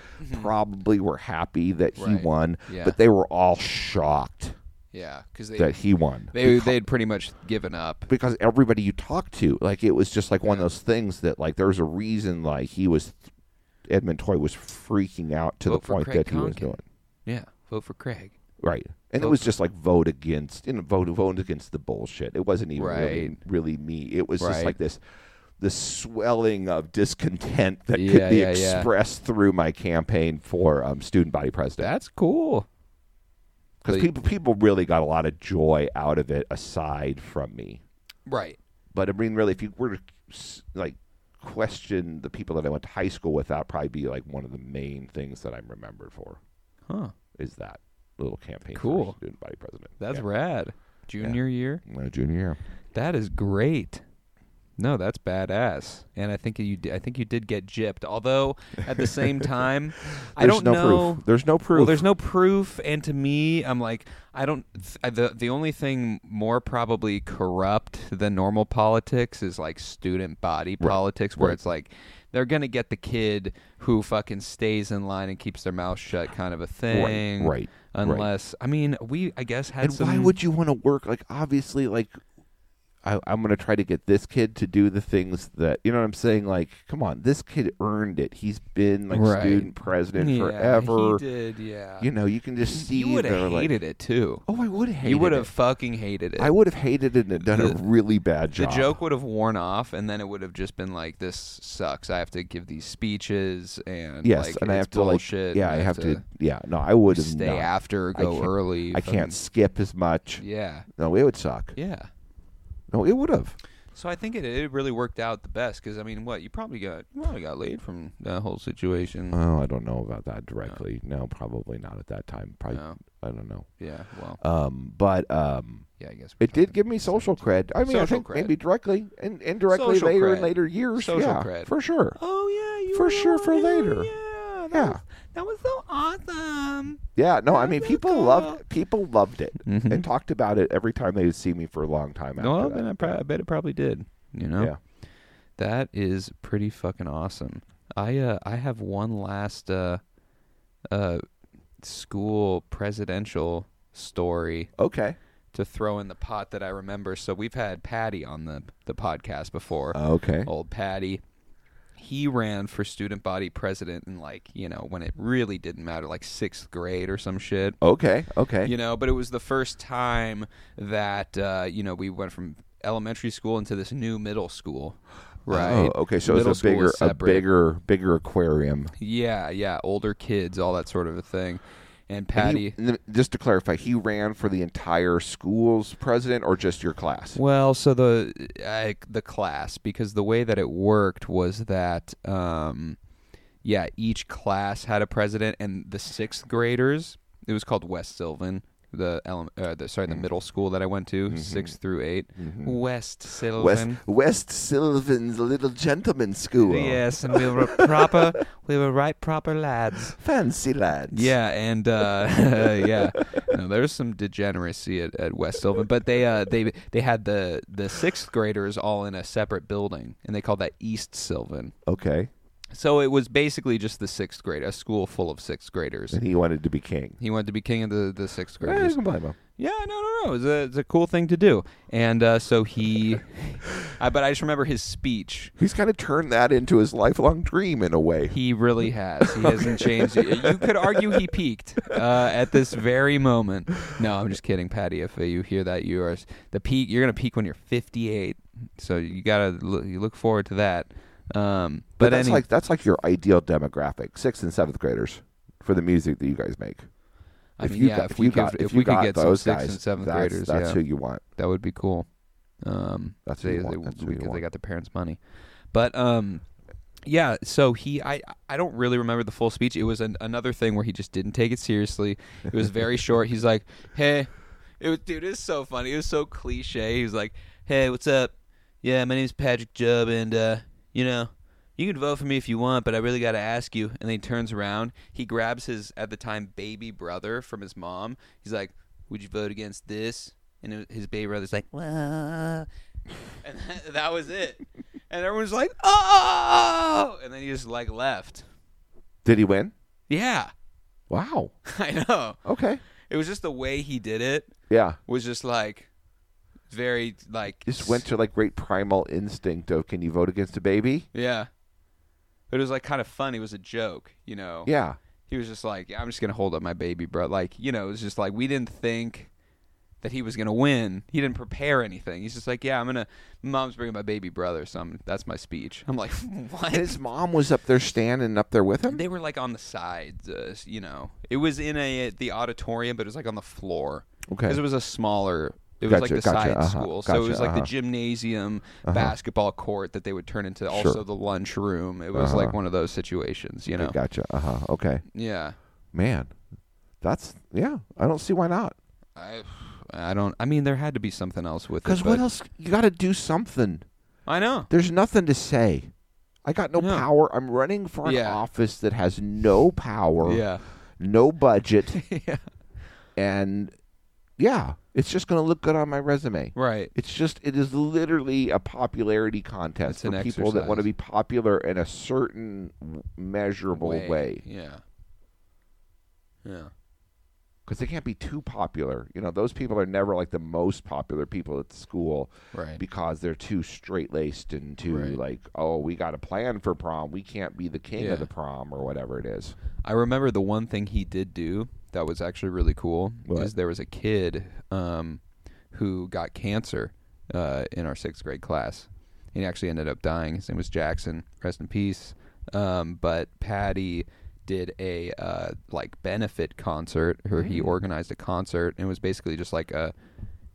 Speaker 3: probably were happy that he
Speaker 2: Right.
Speaker 3: won.
Speaker 2: Yeah.
Speaker 3: But they were all shocked
Speaker 2: Yeah, because they
Speaker 3: that he won.
Speaker 2: they they'd pretty much given up.
Speaker 3: because everybody you talked to, like it was just like one of those things that like there was a reason like he was Edmund Toy was freaking out to
Speaker 2: Vote
Speaker 3: the
Speaker 2: for
Speaker 3: point
Speaker 2: Craig
Speaker 3: that he was
Speaker 2: Conkin.
Speaker 3: doing
Speaker 2: Yeah, vote for Craig.
Speaker 3: right, and it
Speaker 2: Vote
Speaker 3: was just like vote against you know vote vote against the bullshit. It wasn't even really,
Speaker 2: Right.
Speaker 3: really me. It was just
Speaker 2: Right.
Speaker 3: like this the swelling of discontent that
Speaker 2: Yeah,
Speaker 3: could be
Speaker 2: yeah, yeah.
Speaker 3: expressed through my campaign for um, student body president.
Speaker 2: That's cool.
Speaker 3: Because
Speaker 2: But-
Speaker 3: people people really got a lot of joy out of it aside from me.
Speaker 2: Right.
Speaker 3: But I mean, really, if you were to s- like question the people that I went to high school with, that'd probably be like one of the main things that I'm remembered for
Speaker 2: Huh.
Speaker 3: is that little campaign. for
Speaker 2: Cool.
Speaker 3: student body president.
Speaker 2: That's
Speaker 3: yeah.
Speaker 2: rad. Junior year.
Speaker 3: My junior year.
Speaker 2: That is great. No, that's badass. And I think you, di- I think you did get gypped. Although at the same time, I
Speaker 3: There's
Speaker 2: don't
Speaker 3: no
Speaker 2: know.
Speaker 3: Proof. There's no proof.
Speaker 2: Well, there's no proof, and to me, I'm like, I don't. th- I- the The only thing more probably corrupt than normal politics is like student body politics, where it's like they're gonna get the kid who fucking stays in line and keeps their mouth shut, kind of a thing.
Speaker 3: right, right.
Speaker 2: Unless, I mean, we, I guess, had
Speaker 3: And
Speaker 2: some.
Speaker 3: why would you want to work? Like, obviously, like. I, I'm going to try to get this kid to do the things that you know what I'm saying. Like, come on, this kid earned it. He's been like
Speaker 2: Right.
Speaker 3: student president
Speaker 2: yeah,
Speaker 3: forever.
Speaker 2: He did, yeah.
Speaker 3: You know, you can just see
Speaker 2: you would
Speaker 3: they're
Speaker 2: have
Speaker 3: like,
Speaker 2: hated it too.
Speaker 3: Oh, I would have.
Speaker 2: You would have fucking hated it.
Speaker 3: I would have hated it and have done a really bad
Speaker 2: the
Speaker 3: job.
Speaker 2: joke would have worn off, and then it would have just been like, "This sucks. I have to give these speeches, and
Speaker 3: yes,
Speaker 2: like,
Speaker 3: and I
Speaker 2: it's
Speaker 3: have to
Speaker 2: bullshit.
Speaker 3: like, yeah,
Speaker 2: and
Speaker 3: I have to, yeah, no, I would have
Speaker 2: stay
Speaker 3: not.
Speaker 2: after, or
Speaker 3: I
Speaker 2: go
Speaker 3: can't-
Speaker 2: early.
Speaker 3: I
Speaker 2: fucking-
Speaker 3: can't skip as much.
Speaker 2: Yeah,
Speaker 3: No, it would suck.
Speaker 2: yeah.
Speaker 3: No, it would have.
Speaker 2: So I think it, it really worked out the best because I mean, what you probably got you probably got laid from that whole situation.
Speaker 3: Oh, I don't know about that directly. No, probably not at that time. Probably,
Speaker 2: No.
Speaker 3: I don't know.
Speaker 2: yeah, well,
Speaker 3: Um, but um,
Speaker 2: yeah, I guess we're
Speaker 3: it did
Speaker 2: talking-
Speaker 3: give me social cred. I mean, I
Speaker 2: Social
Speaker 3: think
Speaker 2: cred.
Speaker 3: maybe directly and indirectly
Speaker 2: Social
Speaker 3: later
Speaker 2: cred.
Speaker 3: in later years.
Speaker 2: Social
Speaker 3: yeah,
Speaker 2: cred.
Speaker 3: for sure.
Speaker 2: Oh yeah, you
Speaker 3: For
Speaker 2: were
Speaker 3: sure,
Speaker 2: the
Speaker 3: for
Speaker 2: one-
Speaker 3: later.
Speaker 2: Yeah, that
Speaker 3: Yeah.
Speaker 2: was, that was so awesome.
Speaker 3: Yeah, no, I
Speaker 2: That's
Speaker 3: mean
Speaker 2: so
Speaker 3: people
Speaker 2: cool.
Speaker 3: loved people loved it and talked about it every time they would see me for a long time after
Speaker 2: Mm-hmm. No,
Speaker 3: that.
Speaker 2: I, prob- I bet it probably did. You know,
Speaker 3: Yeah.
Speaker 2: that is pretty fucking awesome. I uh, I have one last uh, uh, school presidential story
Speaker 3: Okay.
Speaker 2: to throw in the pot that I remember. So we've had Patty on the the podcast before.
Speaker 3: Uh, Okay.
Speaker 2: Old Patty. He ran for student body president in like, you know, when it really didn't matter, like sixth grade or some shit
Speaker 3: Okay. Okay.
Speaker 2: you know but it was the first time that uh, you know we went from elementary school into this new middle school right
Speaker 3: Oh, okay. So
Speaker 2: middle
Speaker 3: it's a
Speaker 2: school
Speaker 3: bigger,
Speaker 2: is
Speaker 3: a
Speaker 2: separate.
Speaker 3: bigger, bigger aquarium.
Speaker 2: yeah yeah older kids all that sort of a thing and
Speaker 3: And
Speaker 2: patty
Speaker 3: he- and then- just to clarify, he ran for the entire school's president or just your class?
Speaker 2: well so the uh, the class because the way that it worked was that um, yeah each class had a president and the sixth graders it was called west sylvan the, ele- uh, the
Speaker 3: Mm.
Speaker 2: sorry the middle school that i went to
Speaker 3: Mm-hmm.
Speaker 2: six through 8 west sylvan
Speaker 3: West West Sylvan's little gentleman school.
Speaker 2: Yes, and we were proper. We were right proper lads.
Speaker 3: Fancy lads.
Speaker 2: Yeah, and uh, yeah, no, there's some degeneracy at, at West Sylvan, but they uh, they they had the the sixth graders all in a separate building, and they called that East Sylvan.
Speaker 3: Okay.
Speaker 2: So it was basically just the sixth grade, a school full of sixth graders.
Speaker 3: And he wanted to be king.
Speaker 2: He wanted to be king of the, the sixth
Speaker 3: Eh, you
Speaker 2: graders.
Speaker 3: can blame him.
Speaker 2: Yeah, no, no, no. It's a, it's a cool thing to do. And uh, so he, I, but I just remember his speech
Speaker 3: He's kind of turned that into his lifelong dream in a way.
Speaker 2: He really has. He hasn't changed. You you could argue he peaked uh, at this very moment. No, I'm just kidding, Patty. If uh, you hear that, you are the peak. You're gonna peak when you're 58. So you gotta look, you look forward to that. Um, but
Speaker 3: But, that's
Speaker 2: any,
Speaker 3: like that's like your ideal demographic, sixth and seventh graders, for the music that you guys make.
Speaker 2: I mean,
Speaker 3: you
Speaker 2: yeah,
Speaker 3: got-
Speaker 2: if we
Speaker 3: you
Speaker 2: could,
Speaker 3: got-
Speaker 2: if,
Speaker 3: you
Speaker 2: we could
Speaker 3: got
Speaker 2: get some
Speaker 3: those
Speaker 2: sixth
Speaker 3: guys,
Speaker 2: and seventh
Speaker 3: that's,
Speaker 2: graders,
Speaker 3: that's
Speaker 2: yeah,
Speaker 3: who you want.
Speaker 2: that would be cool. Um,
Speaker 3: That's who
Speaker 2: they,
Speaker 3: you want.
Speaker 2: they-
Speaker 3: That's who you
Speaker 2: because they
Speaker 3: want.
Speaker 2: got their parents' money. But um, yeah. So he, I, I don't really remember the full speech. It was an, another thing where he just didn't take it seriously. It was very short. He's like, "Hey, it was dude. It's so funny. It was so cliche. He was like, "Hey, what's up? Yeah, my name's Patrick Jubb, and uh, you know." You can vote for me if you want, but I really got to ask you. And then he turns around. He grabs his, at the time, baby brother from his mom. He's like, Would you vote against this? And it- his baby brother's like, Whoa and that, that was it. And everyone's like, "Oh!" And then he just like left.
Speaker 3: Did he win?
Speaker 2: Yeah,
Speaker 3: Wow.
Speaker 2: I know.
Speaker 3: Okay.
Speaker 2: It was just the way he did it
Speaker 3: Yeah.
Speaker 2: was just like very like
Speaker 3: Just went to like great primal instinct of can you vote against a baby?
Speaker 2: yeah. But it was like kind of funny. It was a joke, you know.
Speaker 3: Yeah.
Speaker 2: He was just like, "I'm just gonna hold up my baby, bro." Like you know, it was just like we didn't think that he was gonna win. He didn't prepare anything. He's just like, "Yeah, I'm gonna." Mom's bringing my baby brother. So I'm, that's my speech. I'm like, "What?"
Speaker 3: And his mom was up there standing up there with him.
Speaker 2: They were like on the sides, uh, you know. It was in a uh, the auditorium, but it was like on the floor.
Speaker 3: Okay.
Speaker 2: Because it was a smaller. It was like
Speaker 3: Gotcha,
Speaker 2: the
Speaker 3: gotcha,
Speaker 2: side
Speaker 3: uh-huh,
Speaker 2: school, so
Speaker 3: gotcha,
Speaker 2: it was like the
Speaker 3: uh-huh.
Speaker 2: gymnasium basketball court that they would turn into also
Speaker 3: Sure. Uh-huh.
Speaker 2: the lunch room. It was like one of those situations, you know.
Speaker 3: Gotcha. Uh huh. Okay.
Speaker 2: Yeah.
Speaker 3: Man, that's yeah. I don't see why not.
Speaker 2: I I don't. I mean, there had to be something else with it.
Speaker 3: Because what
Speaker 2: but-
Speaker 3: else? You got to do something.
Speaker 2: I know.
Speaker 3: There's nothing to say. I got no,
Speaker 2: No.
Speaker 3: power. I'm running for an
Speaker 2: Yeah.
Speaker 3: office that has no power,
Speaker 2: Yeah.
Speaker 3: no budget,
Speaker 2: yeah.
Speaker 3: and yeah, it's just going to look good on my resume.
Speaker 2: Right.
Speaker 3: It's just it is literally a popularity contest
Speaker 2: It's an
Speaker 3: for people that want to
Speaker 2: exercise.
Speaker 3: be popular in a certain w- measurable
Speaker 2: Way.
Speaker 3: Oh, way
Speaker 2: Yeah. Yeah.
Speaker 3: because they can't be too popular. You know, those people are never like the most popular people at the school
Speaker 2: Right.
Speaker 3: because they're too straight laced and too
Speaker 2: Right.
Speaker 3: like, oh, we got a plan for prom. We can't be the king
Speaker 2: Yeah.
Speaker 3: of the prom or whatever it is.
Speaker 2: I remember the one thing he did do that was actually really cool
Speaker 3: What?
Speaker 2: is there was a kid um, who got cancer uh, in our sixth grade class. He actually ended up dying. His name was Jackson. Rest in peace. Um, but Patty did a
Speaker 3: Mm.
Speaker 2: uh, like benefit concert where he organized a concert and it was basically just like a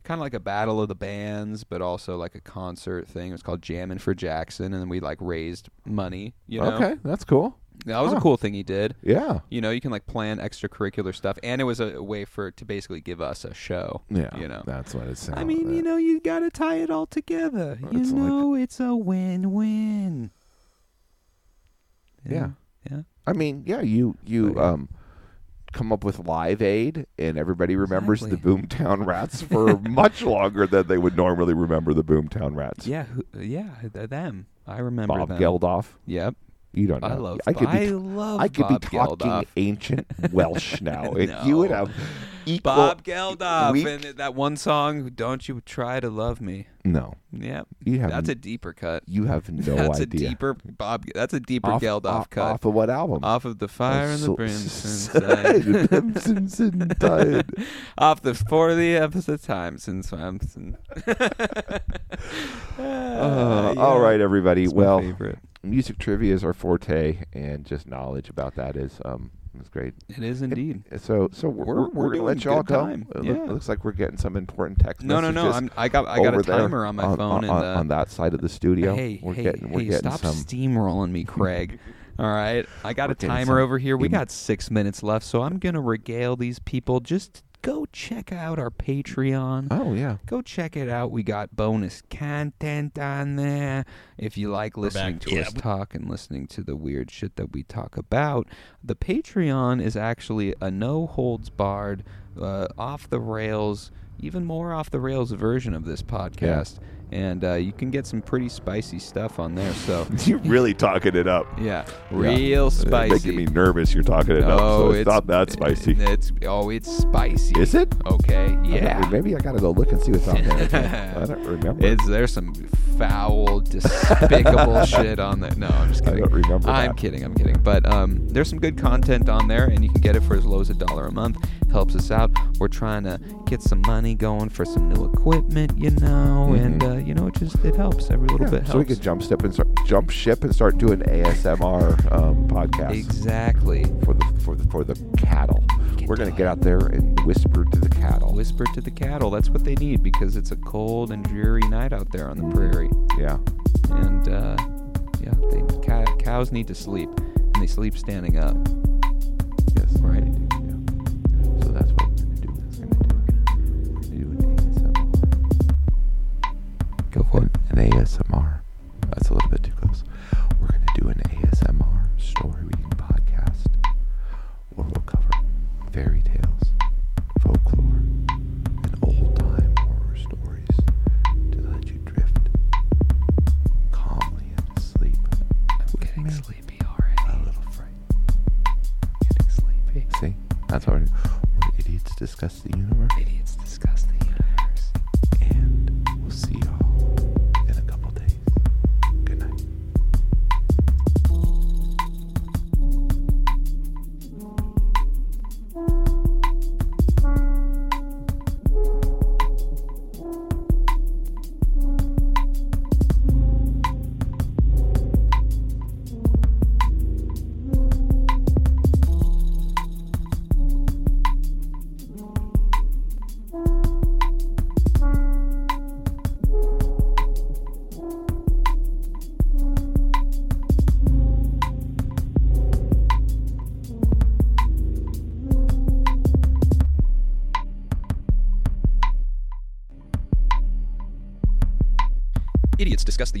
Speaker 2: kind of like a battle of the bands, but also like a concert thing. It was called Jammin' for Jackson, and we like raised money. You know,
Speaker 3: Okay, that's cool.
Speaker 2: that was a
Speaker 3: Huh.
Speaker 2: cool thing he did.
Speaker 3: Yeah.
Speaker 2: You know, you can like plan extracurricular stuff, and it was a, a way for to basically give us a show.
Speaker 3: Yeah.
Speaker 2: you know.
Speaker 3: That's what it sounds
Speaker 2: I mean, you know, you gotta tie it all together. You
Speaker 3: It's like-
Speaker 2: know, it's a win-win.
Speaker 3: Yeah.
Speaker 2: yeah.
Speaker 3: I mean, yeah, you you
Speaker 2: But, yeah.
Speaker 3: um come up with Live Aid and everybody remembers
Speaker 2: Exactly.
Speaker 3: the Boomtown Rats for much longer than they would normally remember the Boomtown Rats.
Speaker 2: Yeah, who, yeah, th- them. I remember
Speaker 3: Bob
Speaker 2: them.
Speaker 3: Geldof.
Speaker 2: Yep.
Speaker 3: You don't know.
Speaker 2: I love.
Speaker 3: I could be
Speaker 2: I love.
Speaker 3: I could
Speaker 2: Bob
Speaker 3: be talking
Speaker 2: Geldof.
Speaker 3: ancient Welsh now. and you would
Speaker 2: No.
Speaker 3: have equal
Speaker 2: Bob Geldof
Speaker 3: we-
Speaker 2: and that one song, "Don't You Try to Love Me."
Speaker 3: No.
Speaker 2: Yep.
Speaker 3: You have
Speaker 2: That's a deeper cut.
Speaker 3: you have no
Speaker 2: that's
Speaker 3: idea.
Speaker 2: a deeper Bob. That's a deeper
Speaker 3: off,
Speaker 2: Geldof
Speaker 3: off,
Speaker 2: cut
Speaker 3: off of what album?
Speaker 2: Off of the fire and the
Speaker 3: So-
Speaker 2: brimstone,
Speaker 3: Brimstone died.
Speaker 2: off the forty episode time since I'm. sin-
Speaker 3: Uh,
Speaker 2: yeah.
Speaker 3: All right, everybody.
Speaker 2: It's my
Speaker 3: well,
Speaker 2: favorite.
Speaker 3: music trivia is our forte, and just knowledge about that is um is great.
Speaker 2: it is indeed.
Speaker 3: So so we're
Speaker 2: We're-
Speaker 3: we're,
Speaker 2: we're
Speaker 3: gonna let
Speaker 2: doing
Speaker 3: y'all
Speaker 2: good
Speaker 3: go.
Speaker 2: time.
Speaker 3: It loo-
Speaker 2: Yeah.
Speaker 3: looks like we're getting some important text.
Speaker 2: No, no, no. I'm,
Speaker 3: messages
Speaker 2: I got I got
Speaker 3: over
Speaker 2: a
Speaker 3: there
Speaker 2: timer on my phone
Speaker 3: on,
Speaker 2: and
Speaker 3: on,
Speaker 2: uh,
Speaker 3: on that side of the studio.
Speaker 2: Hey,
Speaker 3: we're
Speaker 2: hey,
Speaker 3: getting we're
Speaker 2: hey,
Speaker 3: getting
Speaker 2: stop
Speaker 3: some.
Speaker 2: steamrolling me, Craig. All right, I got
Speaker 3: We're
Speaker 2: a
Speaker 3: getting
Speaker 2: timer
Speaker 3: some
Speaker 2: over here. We
Speaker 3: im-
Speaker 2: got six minutes left, so I'm gonna regale these people. Just go check out our Patreon.
Speaker 3: oh yeah.
Speaker 2: Go check it out. We got bonus content on there. If you like listening
Speaker 4: back,
Speaker 2: to us
Speaker 4: yeah.
Speaker 2: talk and listening to the weird shit that we talk about, the Patreon is actually a no holds barred, uh, off the rails, even more off the rails version of this podcast. And uh, you can get some pretty spicy stuff on there. So,
Speaker 3: You're really talking it up.
Speaker 2: yeah,
Speaker 3: Yeah.
Speaker 2: real
Speaker 3: It's
Speaker 2: spicy. Oh,
Speaker 3: Making me nervous. You're talking it up. So it's, not that spicy.
Speaker 2: It's, oh, it's spicy.
Speaker 3: Is it?
Speaker 2: Okay,
Speaker 3: I don't-
Speaker 2: yeah.
Speaker 3: Maybe I gotta go look and see what's on there. I don't remember.
Speaker 2: It's there's some foul, despicable shit on there. No, I'm just
Speaker 3: I
Speaker 2: kidding.
Speaker 3: don't remember
Speaker 2: I'm
Speaker 3: that.
Speaker 2: kidding. I'm kidding. But um, there's some good content on there, and you can get it for as low as a dollar a month. Helps us out. We're trying to get some money going for some new equipment, you know, and uh, you know, it just it helps. Every little
Speaker 3: Mm-hmm. Yeah,
Speaker 2: bit helps.
Speaker 3: So we could jump step and start, jump ship and start doing ASMR um, podcasts
Speaker 2: exactly.
Speaker 3: for the for the for the cattle. We're gonna get out there and whisper to the cattle.
Speaker 2: Whisper to the cattle. That's what they need because it's a cold and dreary night out there on the prairie.
Speaker 3: yeah,
Speaker 2: and uh, yeah, they, ca- cows need to sleep, and they sleep standing up.
Speaker 3: yes,
Speaker 2: Right.
Speaker 3: Yeah. So that's what we're gonna do. We're gonna do, we're gonna do an ASMR.
Speaker 2: Go for it.
Speaker 3: An ASMR. That's a little bit too close. We're gonna do an ASMR story reading podcast where we'll cover fairy tales, folklore, and old time horror stories to let you drift calmly into sleep.
Speaker 2: I'm getting sleepy already.
Speaker 3: A little fright. Getting sleepy. See? That's what we're doing. Where idiots discuss the universe.
Speaker 2: Idiots discuss the universe.
Speaker 3: And we'll see y'all in a couple days. Good night.
Speaker 5: Idiots Discuss the